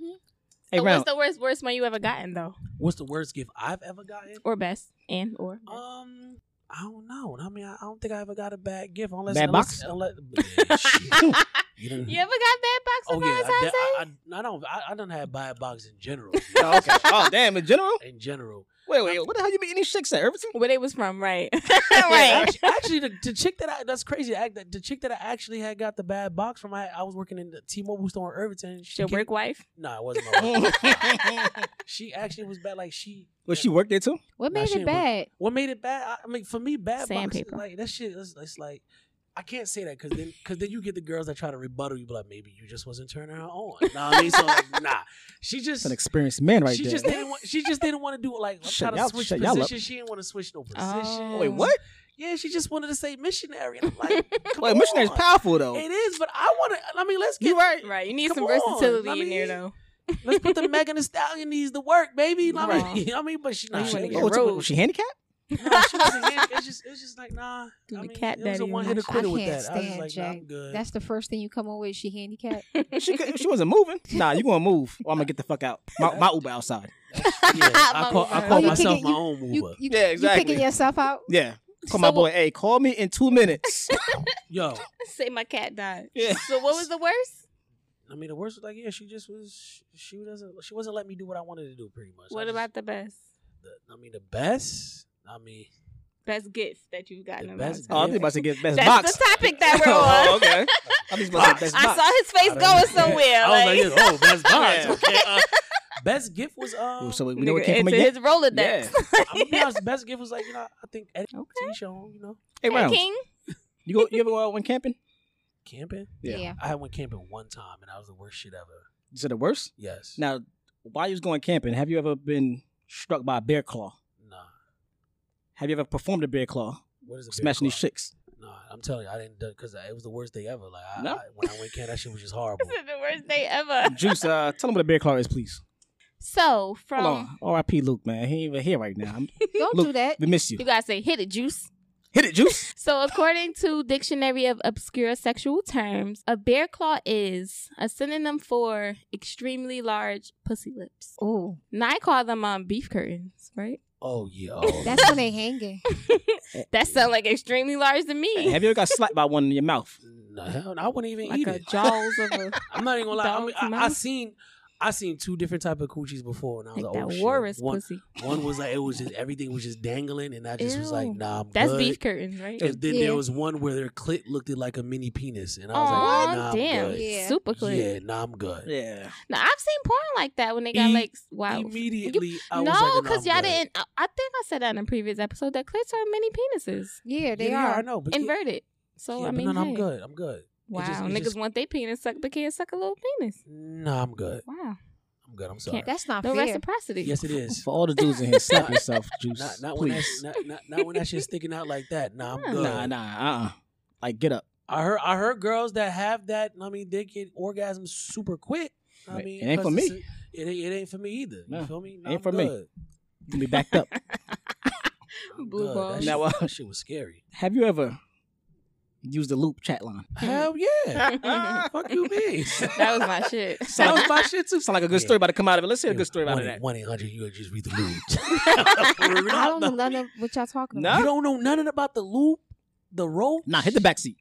E: Hey,
D: so
E: round.
D: what's the worst worst one you ever gotten though,
F: What's the worst gift I've ever gotten?
D: or best and or?
F: Um, I don't know. I mean, I I don't think I ever got a bad gift unless
E: Bad
F: unless,
E: box?
F: Unless, yeah, shit. you didn't.
D: you ever got bad box
F: Oh
D: on
F: yeah, I,
D: Valentine's
F: de-
D: Day?
F: I, I, I don't. I, I don't have bad box in general.
E: Oh, okay. oh damn! In general,
F: in general,
E: wait, wait. What the hell you been eating chicks at? Irvington?
D: Where they was from, right?
F: Yeah,
D: right.
F: actu- Actually, the, the chick that I, that's crazy. the act- The chick that I actually had got the bad box from. I, I was working in the T-Mobile store in Irvington. She
D: Your
F: came-
D: work wife.
F: Nah, it wasn't my wife. she actually was bad. Like she,
E: Well, she worked there too.
C: What
F: Nah,
C: made
F: she
C: it
F: ain't work-
C: bad?
F: what made it bad? I, I mean, for me, bad box,
D: Sandpaper.
F: like that shit. It's, it's like I can't say that because then because then you get the girls that try to rebuttal you, be like maybe you just wasn't turning her on. Nah, I mean, so like, nah, she just.
E: It's an experienced man right
F: she
E: there.
F: just didn't want. She just didn't want to do it. Like I'm
E: Shut
F: trying to
E: y'all-
F: switch
E: shut y'all up.
F: position. She didn't want to switch no position.
D: Oh.
E: wait, what?
F: Yeah, she just wanted to say missionary. And I'm like, come
E: Wait, missionary's
F: on.
E: powerful though.
F: It is, but I want to. I mean, let's get
E: You right?
D: Right. You need
F: Come
D: some
F: on,
D: versatility
F: I
D: in there
F: mean,
D: though.
F: let's put the Megan Thee Stallion needs to work, baby. Like, I
D: Right.
F: mean, I mean, but she
D: I
F: not.
D: ain't
F: She,
D: wanna
E: Oh,
D: get
F: oh,
E: what's-
D: rogue.
E: was she handicapped?
F: no, she wasn't in. It's just, it's just like, nah.
D: Doing
F: I
D: the
F: mean,
D: cat
F: it was a
D: daddy
F: one
D: and
F: hit
D: I
F: or quitter with
C: can't
F: that. I was just
C: stand
F: like, nah,
C: Jay.
F: I'm good.
C: That's the first thing you come on with. She handicapped.
E: She could, she wasn't moving. Nah, you gonna move? Or I'm gonna get the fuck out. My, my Uber outside.
F: yeah, I call, I
D: Oh,
F: call
C: you
F: myself
C: kicking-
F: my own Uber.
C: You, you,
E: Yeah,
C: You
E: exactly.
C: picking yourself out?
E: Yeah. Call
D: So
E: my
D: what-
E: boy. Hey, call me in two minutes.
F: Yo,
D: Say my cat died.
E: Yeah.
D: So what was the worst?
F: I mean, the worst was like, yeah, she just was. She doesn't. She wasn't letting me do what I wanted to do. Pretty much. I
D: What
F: just-
D: about the best?
F: The, I mean, the best. I mean,
D: Best gift that you've gotten.
F: The
D: in
F: best
E: Oh, I
D: Valentine's
E: think
D: Day?
E: about to get best
D: That's
E: box.
D: the topic that we're on.
E: oh, okay. I think about to get best
D: I
E: box.
D: saw his face
F: I
D: going
F: don't-
D: somewhere.
F: I was
D: like,
F: like, yeah, oh, best box.
E: Yeah.
F: Okay, uh, Best gift was um.
E: So we know what came
D: it's
E: from a
D: in his
E: gift.
D: Rolodex.
F: I'm gonna be honest. Best gift was like you know I think Eddie
D: Okay.
F: T show you know
E: Hey,
D: Hey,
E: Rounds,
D: King.
E: you go. You ever uh, went camping?
F: camping.
E: Yeah.
C: yeah.
F: I went camping one time and that was the worst shit ever.
E: Is it the worst?
F: Yes.
E: Now, while you was going camping, have you ever been struck by a bear claw?
F: Nah.
E: Have you ever performed a bear claw?
F: What is it?
E: Smashing these chicks.
F: Nah, I'm telling you, I didn't because it was the worst day ever. Like I,
E: No.
F: I, when I went camping, that shit was just horrible.
D: This is the worst day ever.
E: Juice, uh, tell him what a bear claw is, please.
D: So
E: Hold
D: from
E: on. R.I.P. Luke, man. He ain't even here right now. I'm-
C: Don't
E: Look,
C: do that.
E: we miss you.
D: you guys say hit it, juice.
E: Hit it, Juice.
D: So, according to Dictionary of Obscure Sexual Terms, a bear claw is a synonym for extremely large pussy lips.
C: Oh,
D: Now I call them um, beef curtains, right?
F: Oh yeah. Oh,
C: that's when they hanging.
D: That sound like extremely large to me.
E: have you ever got slapped by one in your mouth?
F: no, hell, no, I wouldn't even
D: Like
F: eat
D: a
F: it.
D: jaws of a.
F: I'm not even gonna lie. I, mean,
D: dog's
F: I, I
D: mouth.
F: seen, I seen two different type of coochies before, and I was
D: Like
F: like, oh
D: that
F: shit.
D: walrus
F: one,
D: pussy.
F: one was like it was just everything was just dangling, and I just was like,
D: Ew.
F: nah, I'm
D: That's
F: good.
D: beef curtains, right?
F: And then
C: Yeah.
F: there was one where their clit looked like a mini penis, and I was
D: Oh,
F: like, nah, I'm
D: damn.
F: good.
C: Yeah.
D: Super clear.
F: Yeah, nah, I'm good.
E: Yeah.
D: Now, I've seen porn like that when they got
F: E-
D: like, wow.
F: Immediately, I was
D: no,
F: like,
D: because
F: nah,
D: y'all
F: I'm good.
D: didn't. I, I think I said that in a previous episode that clits are mini penises,
C: Yeah,
F: Yeah,
C: they
F: yeah, I
C: are.
F: know, but yeah,
D: inverted. So,
F: yeah,
D: I
F: but
D: mean,
F: no, no, I'm
D: hey.
F: good. I'm good.
D: Wow,
F: just- it
D: niggas
F: just-
D: want their penis sucked, but can't suck a little penis.
F: Nah, I'm good.
D: Wow,
F: I'm good. I'm sorry.
C: That's not
D: no
C: fair.
D: reciprocity.
F: Yes, it is.
E: For all the dudes in here, slap yourself, Juice.
F: Not not when that
E: please.
F: not, not, not when that shit's sticking out like that. Nah, I'm
D: Nah.
F: good.
E: nah, nah, uh uh Like, get up.
F: I heard I heard girls that have that. I mean, they get orgasms super quick. I
E: Right.
F: mean,
E: It ain't for
F: 'cause
E: me.
F: it's- It ain't, it ain't for me either. You
E: No,
F: feel me?
E: ain't for me. You can be backed up.
D: Blue
F: Blue
D: balls.
F: ball.
E: Now,
F: That,
E: uh,
F: shit- that shit was scary.
E: have you ever used the loop chat line?
F: Hell yeah! Fuck you, me.
D: that was my shit.
E: Sound
F: That
E: like,
F: was my shit too.
E: sound like a good story about to come out of it. Let's hear a good story about
F: one,
E: that.
F: One eight hundred. You just read the loop.
C: I don't know none of what y'all talking
E: No.
C: about.
F: You don't know nothing about the loop, the rope.
E: Nah, hit the back seat.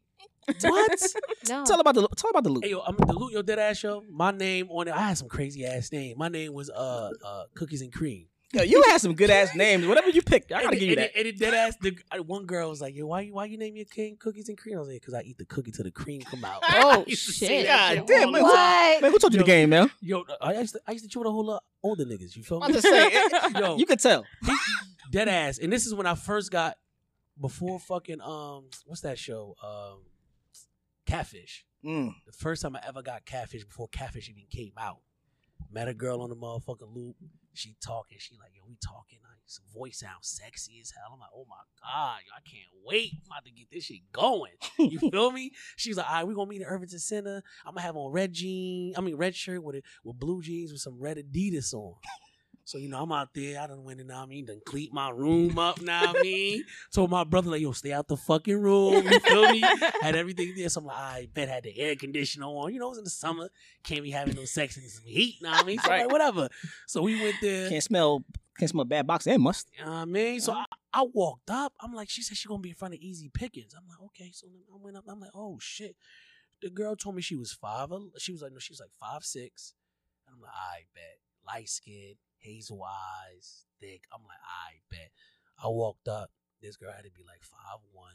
F: What?
C: No.
E: Tell about the tell about the loop.
F: Hey yo, I'm the loot yo dead ass yo. My name on it. I had some crazy ass name. My name was uh uh cookies and cream.
E: Yo, you had some good ass names. Whatever you picked, I gotta
F: and,
E: give you
F: and,
E: that.
F: And, it dead ass. The uh, one girl was like, yo, why you why you name your king cookies and cream? I was like, because I eat the cookie till the cream come out.
D: Oh
F: I used to say
D: shit!
F: that
E: God
F: shit
E: damn,
F: all
E: man,
F: the
E: what-
F: time.
E: Man, who told you the
F: Yo.
E: game, man?
F: Yo, I used to I used to chew with a whole lot older niggas. You feel
E: I'm
F: me?
E: just saying,
F: yo,
E: you could tell.
F: dead ass. And this is when I first got before fucking um what's that show um catfish.
E: Mm.
F: The first time I ever got catfish before catfish even came out. Met a girl on the motherfucking loop. She talking. She like, yo, we talking. Like, some voice sounds sexy as hell. I'm like, oh my God, yo, I can't wait. I'm about to get this shit going. You feel me? She's like, all right, we're gonna meet at Irvington Center. I'm gonna have on red jeans. I mean red shirt with it with blue jeans with some red Adidas on. So you know, I'm out there, I done went in, I mean, done cleat my room up, now I mean. Told my brother, like, yo, stay out the fucking room. You feel me? had everything there. So I'm like, I bet had the air conditioner on. You know, it was in the summer. Can't be having no sex in some heat. Know what I mean? So I'm like, whatever. So we went there.
E: Can't smell can't smell bad box and must.
F: You know what I mean? So I, I walked up. I'm like, she said she gonna be in front of Easy Pickens. I'm like, okay. So then I went up. I'm like, oh shit. The girl told me she was five. el- She was like, no, she was like five six. And I'm like, I bet. Light skin, hazel eyes, thick. I'm like, I bet. I walked up. This girl had to be like five one.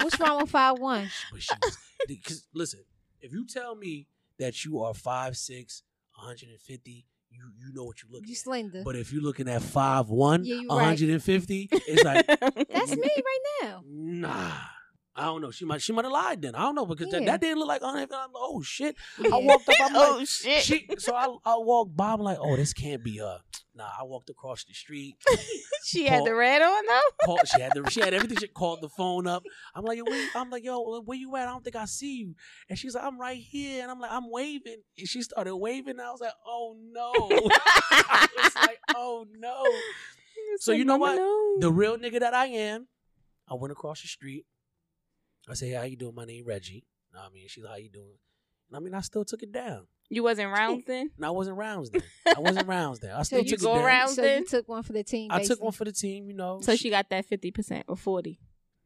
C: What's wrong with five one?
F: But she was, because listen, if you tell me that you are 5'6", 150, you you know what you look
C: You
F: at.
C: slender.
F: But if you're looking at 5'1",
C: Yeah, you right.
F: 150, it's like,
C: That's me right now.
F: nah. I don't know. She might she might have lied then. I don't know because that,
C: Yeah.
F: that didn't look like 150. I'm like, oh shit.
C: Yeah.
F: I walked up. I'm like,
D: oh shit!
F: she, so I I walked by. I'm like, oh, this can't be her. Nah, I walked across the street.
D: she had the red on though.
F: called, she had the, she had everything. She called the phone up. I'm like, yo, where, I'm like, yo, where you at? I don't think I see you. And she's like, I'm right here. And I'm like, I'm waving. And she started waving. And I was like, oh no. I was like, oh no. So you know what? The real nigga that I am, I went across the street. I said, hey, how you doing? My name Reggie. Know what I mean, she's like, how you doing? And I mean, I still took it down.
D: You wasn't round then.
F: And I wasn't rounds then. I wasn't rounds then. I
C: So
F: still
C: you
F: took
D: go
F: it down.
D: around
C: So
D: then?
C: you took one for the team.
F: I took
C: basically.
F: one for the team, you know.
D: So she got that fifty percent or forty.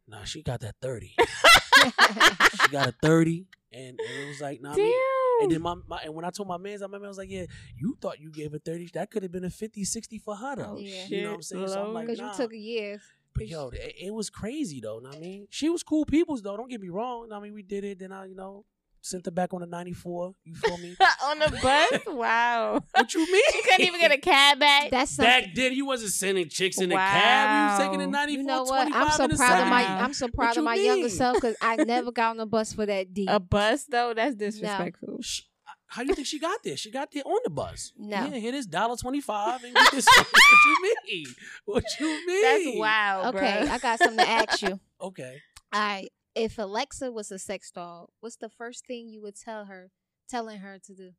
F: Nah, she got that 30. she got a 30. And, and it was like, nah, I
D: Damn.
F: mean- and then my, my and when I told my mans, I remember I was like, yeah, you thought you gave her 30. That could have been a 50, 60 for her
D: Oh,
F: though.
C: Yeah.
F: You know what I'm
D: shit,
F: saying? So I'm like,
C: because
F: nah.
C: you took a year.
F: but yo, it, it was crazy though. know what I mean, she was cool peoples though. Don't get me wrong. know what I mean, we did it. Then I, you know, sent her back on a 94. You feel me?
D: on the bus. Wow.
F: what you mean?
D: She couldn't even get a cab back.
C: That's something.
F: Back then, you wasn't sending chicks in a
D: Wow.
F: cab. You was taking a 94,
C: You know what?
F: 25
C: I'm so
F: in a
C: proud of my
F: 70.
D: second.
C: I'm so proud
F: you
C: of my younger
F: mean?
C: self because I never got on the bus for that deep.
D: a bus though. That's disrespectful.
F: Sh- How you think she got there? She got there on the bus.
C: No.
F: Yeah, hit this dollar twenty five and get this. what you mean? What you mean?
D: That's wow.
C: okay,
D: bruh.
C: I got something to ask you.
F: Okay.
C: I if Alexa was a sex doll, what's the first thing you would tell her, telling her to do?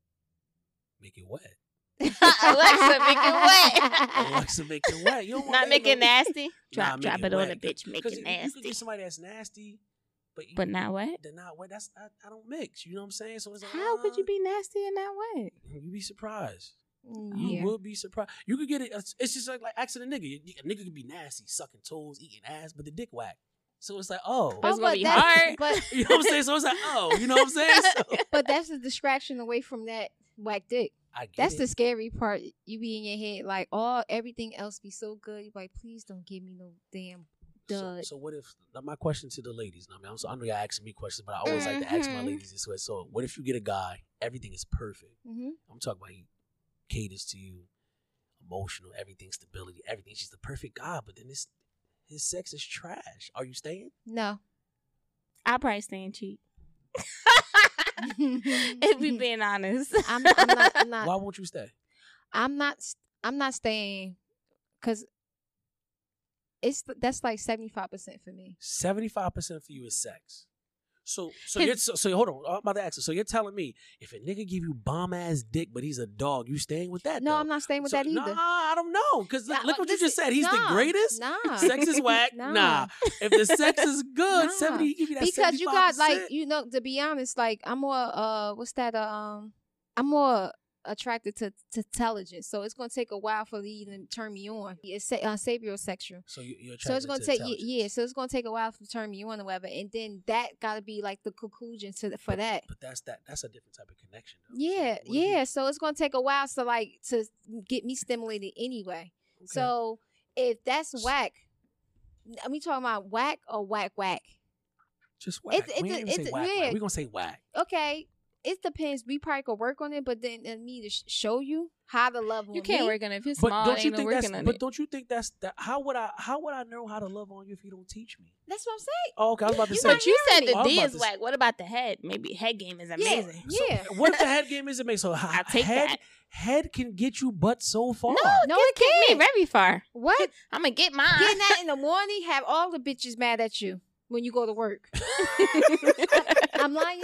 F: Make it wet.
D: Alexa, make it
F: Alexa, make it wet. You don't want
D: Not
F: that
D: make it
F: no-
D: nasty. Drop,
F: Nah, make
D: drop it, on
F: wet.
D: the bitch. Make
F: 'Cause
D: it
F: you- You could
D: nasty.
F: get somebody that's nasty, but you,
D: But not what?
F: they're not wet. That's I, I don't mix. You know what I'm saying? So it's like,
D: How could
F: uh,
D: you be nasty and not what?
F: You be surprised. You
C: Yeah.
F: would be surprised. You could get it. It's it's just like, like asking a nigga. You- you- A nigga could be nasty, sucking toes, eating ass, but the dick whack. So it's like, oh,
D: But it's gonna be
C: that's-
D: hard.
C: But
F: you know what I'm saying? So it's like, oh, you know what I'm saying? So,
C: but that's a distraction away from that whack dick.
F: I get
C: That's
F: it.
C: the scary part. You be in your head like, oh, everything else be so good. You like, please don't give me no damn
F: So,
C: dud.
F: so what if now my question to the ladies? now, I mean, I'm so, I know y'all asking me questions, but I always like to ask my
C: Mm-hmm.
D: Mhm.
F: ladies this way. So what if you get a guy? Everything is perfect.
C: hmm
F: I'm talking about he caters to you, emotional, everything, stability, everything. She's the perfect guy, but then this his sex is trash. Are you staying?
C: No.
D: I probably staying cheap. if
C: if
D: we being honest,
C: Mm-hmm. I'm, I'm not. I'm not.
F: Why won't you stay?
C: I'm not. st- I'm not staying because it's that's like seventy five percent for me.
F: Seventy five percent for you is sex. So so
D: His-
F: you're so, so hold on. I'm about to ask. you. So you're telling me if a nigga give you bomb ass dick, but he's a dog, you staying with that?
C: No,
F: though?
C: I'm not staying with that
F: Nah,
C: either.
F: I don't know. Cause
C: Nah, uh,
F: look what you
C: listen,
F: just said. He's the
C: nah,
F: greatest.
C: Nah.
F: Sex is whack.
C: Nah.
F: nah. If the sex is good,
C: Nah.
F: seventy. Give you that
C: because you got
F: 75%.
C: like you know to be honest like i'm more uh what's that uh, um i'm more attracted to, to intelligence so it's gonna take a while for you to even turn me on it's sa- uh, sapiosexual
F: So you, you're
C: so it's
F: attracted
C: gonna
F: to
C: take yeah,
F: intelligence.
C: yeah so it's gonna take a while to turn me on or whatever and then that gotta be like the conclusion to for that
F: But that's that. That's a different type of connection. Though. So
C: yeah
F: what if you-
C: yeah so it's gonna take a while to like to get me stimulated anyway
F: okay.
C: so if that's whack are we talking about whack or whack whack
F: just whack.
C: it's-
F: we
C: it's-
F: ain't
C: it's-
F: even say whack,
C: yeah.
F: whack. We gonna say whack.
C: okay, it depends. We probably could work on it, but then and me to sh- show you how to love. on
D: you can't
C: me.
D: work on it. If it's
F: But
D: small,
F: don't
D: ain't
F: you
D: no
F: think
D: working
F: that's?
D: on
F: But
D: it.
F: don't you think that's that? How would I? How would I know how to love on you if you don't teach me?
C: That's what I'm saying.
F: Oh, okay. I was about to
C: You
F: say.
D: But you said
C: hearing
F: me.
D: the
F: I'm
D: D
F: about
D: is
F: to-
D: whack. What about the head? Maybe head game is
C: Yeah,
D: amazing.
F: So,
C: yeah.
F: What if the head game isn't make so? I
D: take
F: head,
D: that.
F: Head can get you but so far.
C: no, it
D: Kick
C: can't.
D: me very far.
C: What?
D: I'm gonna get mine.
C: Getting that in the morning, have all the bitches mad at you when you go to work. I'm lying.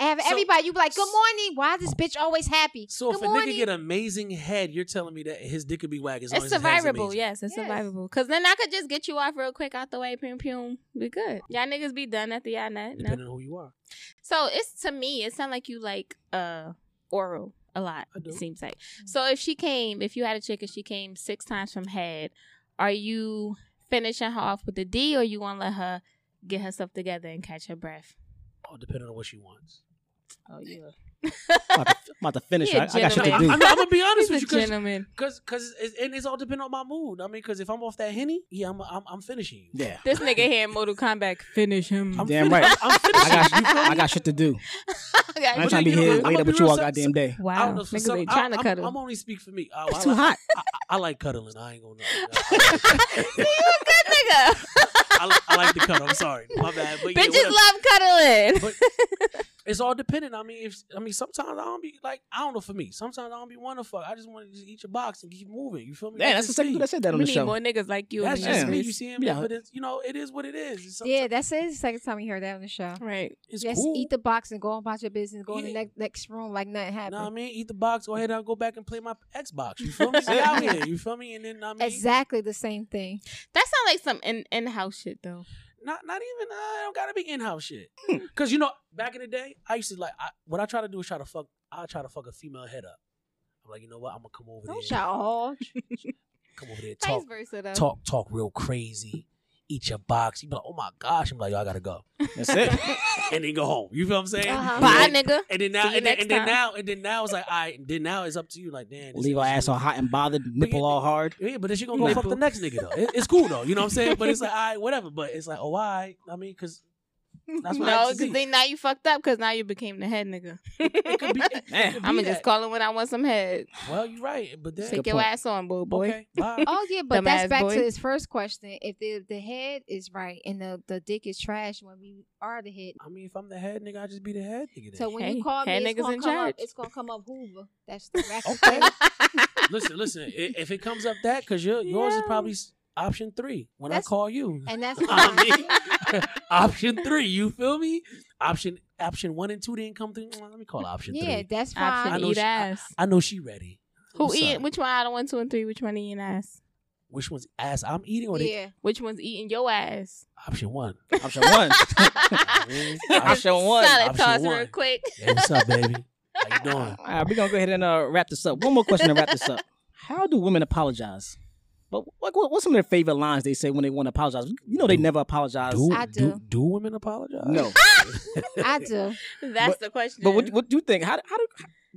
C: And have
F: So-
C: everybody, you be like, "Good morning." Why is this bitch always happy?
F: So
C: Good
F: if a
C: morning.
F: nigga get amazing head, you're telling me that his dick could be whack as long
D: It's
F: as his head's
D: survivable,
F: amazing.
D: yes, it's
C: Yes.
D: survivable. Cause then I could just get you off real quick out the way, pum pum. We good. Y'all niggas be done after y'all nut. No.
F: Depending on who you are.
D: So it's to me, it sounds like you like uh oral a lot.
F: I do.
D: It seems like. So if she came, if you had a chick and she came six times from head, are you finishing her off with a D or you gonna let her get herself together and catch her breath?
F: Oh, depending on what she wants.
D: Oh yeah.
E: I'm about to, I'm about to finish.
D: He a
E: I, I got shit to
F: I'm,
E: do.
D: gentleman.
F: I'm gonna be
D: He's
F: honest with
D: a
F: you, cause,
D: gentleman.
F: cause, cause it's, and it's all depending on my mood. I mean, cause if I'm off that henny, yeah, I'm, I'm, I'm finishing you.
E: Yeah.
D: This nigga here in Mortal Kombat, finish him.
F: I'm
E: Damn
F: fin-
E: right.
F: I'm, I'm
E: I
F: finishing
E: got,
F: you.
E: I got shit to do. I
F: But
E: ain't trying to be
F: you know
E: here
F: what?
E: laid
F: I'ma
E: up
F: be
E: with you
F: real
E: all
F: so-
E: goddamn day.
F: I don't
D: Wow,
F: know, for
D: niggas
F: some-
D: ain't
F: I-
D: trying to
F: I'm-
D: cut
F: I'm
D: him.
F: only speak for me. I, I,
E: It's too
F: I-
E: hot.
F: I, I like cuddling. I ain't gonna. I,
D: See, you a good nigga.
F: I, like- I like to cuddle. I'm sorry, my bad. But yeah,
D: Bitches
F: whatever.
D: love cuddling.
F: But it's all dependent. I mean, if I mean, sometimes I don't be like I don't know. For me, sometimes I don't be want to fuck. I just want to just eat your box and keep moving. You feel me?
E: Yeah, that's the second
F: me.
E: dude that said that on
D: we
E: the
D: need
E: show.
D: more niggas like you.
F: That's
D: in
F: just
E: Yeah.
D: the
F: me.
D: streets.
F: You see him,
E: Yeah.
F: but it's you know it is what it is. It's sometimes-
C: yeah, that's it. It's the second time you heard that on the show.
D: Right.
F: it's
C: Just
F: cool.
C: eat the box and go on about your business. Go in the
F: Yeah.
C: next next room like nothing
F: Know
C: happened.
F: what I mean? Eat the box. Go ahead and go back and play my Xbox. You feel me? Get out here. You feel me? And then I mean,
C: exactly the same thing.
D: That sounds like some in in house shit though.
F: not not even. Uh, it don't gotta be in house shit.
D: Hmm.
F: Cause you know, back in the day, I used to like I, what I try to do is try to fuck. I try to fuck a female head up. I'm like, you know what? I'm gonna come over
C: Don't
F: there.
C: y'all all
F: Come over there.
D: oh. Vice
F: Talk.
D: versa though.
F: talk talk real crazy, eat your box. You be like, oh my gosh. I'm like, yo, I gotta go,
E: That's it.
F: and then go home. You feel what I'm saying?
C: Uh-huh.
D: Bye, nigga.
F: And then
D: See
F: now,
D: you
F: and then,
D: next
F: and then
D: time.
F: now, and then now it's like, I then now it's up to you. Like, damn, this
E: Leave our
F: nigga-
E: ass all hot and bothered, nipple all hard.
F: Yeah, but then she gonna go fuck the
D: Nipple.
F: next nigga though. It- it's cool though. You know what I'm saying? But it's like, all right, whatever. But it's like, oh, why? I mean, because That's what I
G: No, because
F: used to see.
G: then now you fucked up because now you became the head nigga.
F: could be- it could be
G: I'm gonna
F: that.
G: just call him when I want some head.
F: Well, you're right, but then
G: Take
E: Good
G: your
E: point.
G: ass on, boo boy.
F: okay, bye.
C: Oh yeah, but that's
G: Dumbass
C: back
G: boy.
C: to his first question. If the the head is right and the, the dick is trash when we are the head.
F: I mean, if I'm the head nigga, I just be the head nigga. Then.
C: So when
G: Hey,
C: you call me,
G: head
C: it's
G: niggas
C: gonna,
G: in
C: come up,
G: charge.
C: it's gonna come up Hoover. That's the rack.
F: Okay. listen, listen. i- If it comes up that, because your yours is
G: Yeah.
F: probably s- option three when
C: That's-
F: I call you.
C: And that's
F: I mean, option three. You feel me? Option option one and two didn't come through. Mm, Let me call option
C: yeah,
F: three.
C: that's
G: Option
F: I
C: fine.
F: know
G: eat
F: she- I-
G: ass.
F: I know she ready.
G: Who
F: What's
G: eating?
F: up?
G: Which one out of one, two, and three? Which one eating ass?
F: Which one's ass? I'm eating or they
C: Yeah,
G: Which one's eating your ass?
F: option one.
E: Option one. Option one.
G: Solid
F: Option
G: toss real
F: one.
G: quick.
F: Hey, what's up, baby? How you doing?
E: All right, we're gonna go ahead and uh, wrap this up. One more question to wrap this up. How do women apologize? But what, what, what's some of their favorite lines they say when they want to apologize? You know they
F: Do-
E: never apologize.
F: Do,
C: I
F: do
C: do.
F: do women apologize?
E: No.
C: I do.
G: That's
E: But-
G: the question.
E: But what what do you think? How, do- how do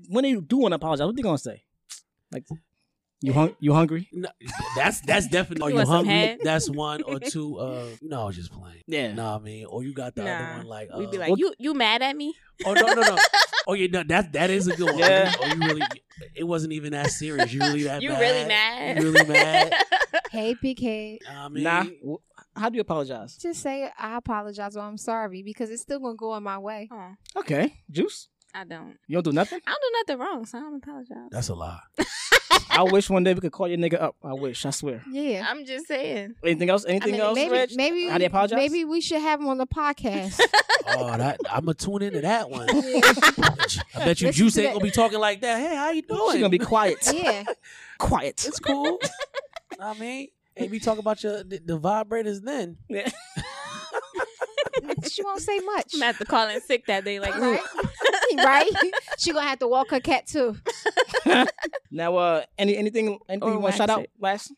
E: when they do want to apologize? What they gonna say? Like you hung, you hungry?
F: No, that's that's definitely. Are
G: You
F: you
G: want some
F: hungry?
G: head?
F: That's one or two. Uh, no, I was just playing.
E: Yeah.
F: You know what I mean? Or you got the other
G: Nah.
F: one like. Uh,
G: We'd be like,
E: what-
G: you you mad at me?
F: oh no no no. Oh yeah, no, that that is a good one.
E: Yeah.
F: Oh, you really? It wasn't even that serious. You really that?
G: You
F: mad?
G: really mad?
F: You really mad?
C: Hey, big head.
F: I mean,
E: Nah. Wh- How do you apologize?
C: Just say I apologize or I'm sorry because it's still gonna go in my way.
G: Aw,
E: Okay, juice.
G: I don't.
E: You don't do nothing.
G: I don't do nothing wrong, so I don't apologize.
F: That's a lie.
E: I wish one day we could call your nigga up. I wish. I swear.
C: Yeah.
G: I'm just saying.
E: Anything else? Anything else,
C: maybe
E: Reg?
C: maybe
E: How do you apologize?
C: maybe we should have him on the podcast.
F: Oh, that I'm gonna tune into that one. I bet you
C: Listen
F: Juice
C: to
F: ain't
C: that.
F: gonna be talking like that. Hey, how you doing?
E: She's Oh, gonna be quiet.
C: yeah.
E: quiet.
F: It's cool. I mean, ain't be talking about your the, the vibrators then.
C: She won't say much.
G: I'm gonna have to call in sick that day. Like,
C: Right? right? She gonna have to walk her cat too.
E: Now, uh, any anything anything
G: Or
E: you want
G: wax
E: to shout out
G: it.
E: last?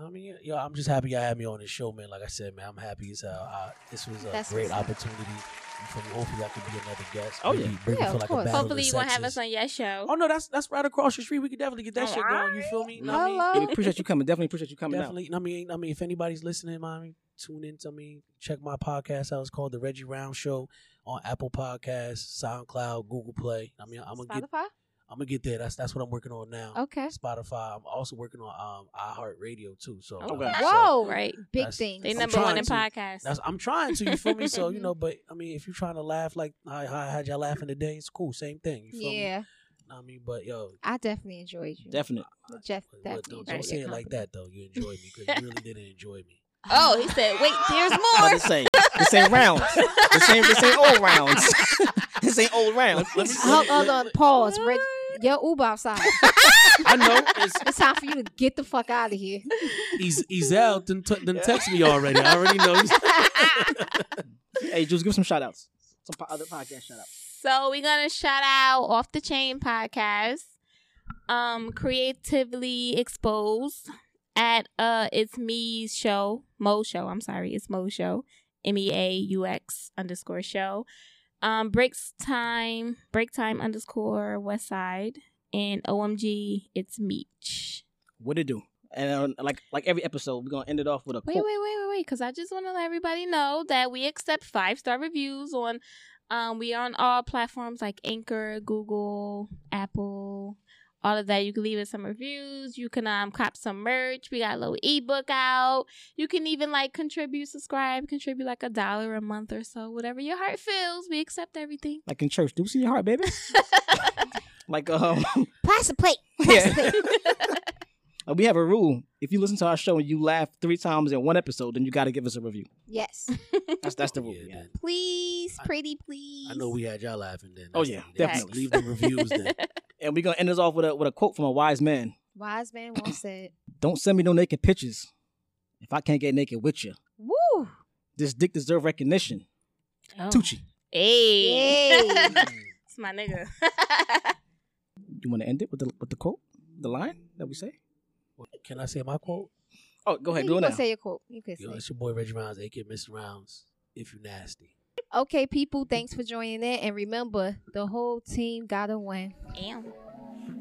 F: I mean, yo, I'm just happy y'all had me on this show, man. Like I said, man, I'm happy as hell. I, this was a
C: That's
F: great
C: what's up.
F: opportunity for me. Hopefully, I could be another guest.
E: Oh,
F: Maybe
E: yeah.
F: bring it
C: Yeah,
F: for
C: of
F: like a
C: course.
F: battle of
G: hopefully
F: the
G: you won't have us
F: sexes.
G: on your show.
F: Oh no, that's that's right across the street. We could definitely get that
G: Oh,
F: shit going. You feel me? Know what I mean?
E: Yeah,
C: Hello.
E: we appreciate you coming. Definitely appreciate you coming out.
F: Definitely. I mean, I mean, if anybody's listening, mommy, tune in to me. Check my podcast out. It's called the Reggie Round Show on Apple Podcasts, SoundCloud, Google Play. I mean, I'm gonna get,
C: Spotify?
F: I'm gonna get there. That's that's what I'm working on now.
C: Okay.
F: Spotify. I'm also working on um, iHeartRadio too. So,
E: Okay.
F: um, so
C: Whoa.
G: Right.
C: Big
F: That's-
C: thing.
G: They
F: I'm
G: number one
F: trying
G: in
F: to.
G: podcasts.
F: That's, I'm trying to. You feel me? So you know, but I mean, if you're trying to laugh like I, how I had y'all laughing today, it's cool. Same thing. You feel me?
C: Yeah.
F: Know what I mean, but yo,
C: I definitely enjoyed you.
E: Definitely.
C: Jeff,
F: but-
C: definitely
F: but don't,
C: enjoyed
F: don't say
C: your
F: it like
C: company.
F: that though. You enjoyed me because you really didn't enjoy me.
G: Oh, he said, wait, there's
E: I
G: more.
E: was saying this ain't rounds. This ain't this ain't old rounds. this ain't old rounds.
F: Let me-
C: Hold, hold on. Pause. Reg, your Uber outside.
E: I know. It's,
C: It's time for you to get the fuck out of here.
F: He's he's out. Then t- then text me already. I already know.
E: hey, Jules, give some shout outs. Some po- other podcast shout outs.
G: So we're gonna shout out off the chain podcast. Um, creatively exposed at uh it's me's show, Mo show. I'm sorry, it's Mo show. M E A U X underscore show. Um, breaks time, break time underscore west side, and OMG, it's Meech.
E: What it do? And uh, like like every episode, we're gonna end it off with a
G: Wait, wait,
E: quote.
G: wait, wait, wait. Because I just want to let everybody know that we accept five star reviews on. Um, we are on all platforms like Anchor, Google, Apple, all of that. You can leave us some reviews. You can um cop some merch. We got a little ebook out. You can even like contribute, subscribe, contribute like a dollar a month or so, whatever your heart feels. We accept everything.
E: Like in church, do you see your heart, baby? like um,
C: Pass the plate.
E: yeah. Uh, we have a rule. If you listen to our show and you laugh three times in one episode, then you got to give us a review.
C: Yes.
E: That's that's the rule.
F: Yeah,
E: we have.
F: then.
G: please,
F: I-
G: pretty please.
F: I know we had y'all laughing then.
E: Oh,
F: That's-
E: yeah,
F: that's-
E: definitely.
F: Leave the reviews then.
E: And we're gonna end this off with a with a quote from a wise man.
C: Wise man once said,
E: Don't send me no naked pictures if I can't get naked with you.
C: Woo.
E: This dick deserve recognition.
G: Oh.
E: Tucci,
G: Hey,
C: Yay.
G: it's my nigga.
E: you want to end it with the with the quote, the line that we say?
F: Can I say my quote?
E: Oh, go ahead,
C: you
E: do it
C: can
E: now.
C: say your quote. You can say.
F: Yo,
C: it.
F: it's your boy Reggie Rounds, aka Mr. Rounds. If you nasty.
C: Okay, people, thanks for joining in. And remember, the whole team gotta win.
G: Damn.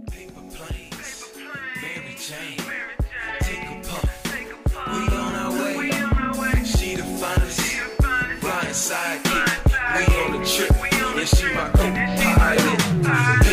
B: Paper planes, Mary Jane, take a puff. We on our way. She the finest, blind side. Is she my co-pilot?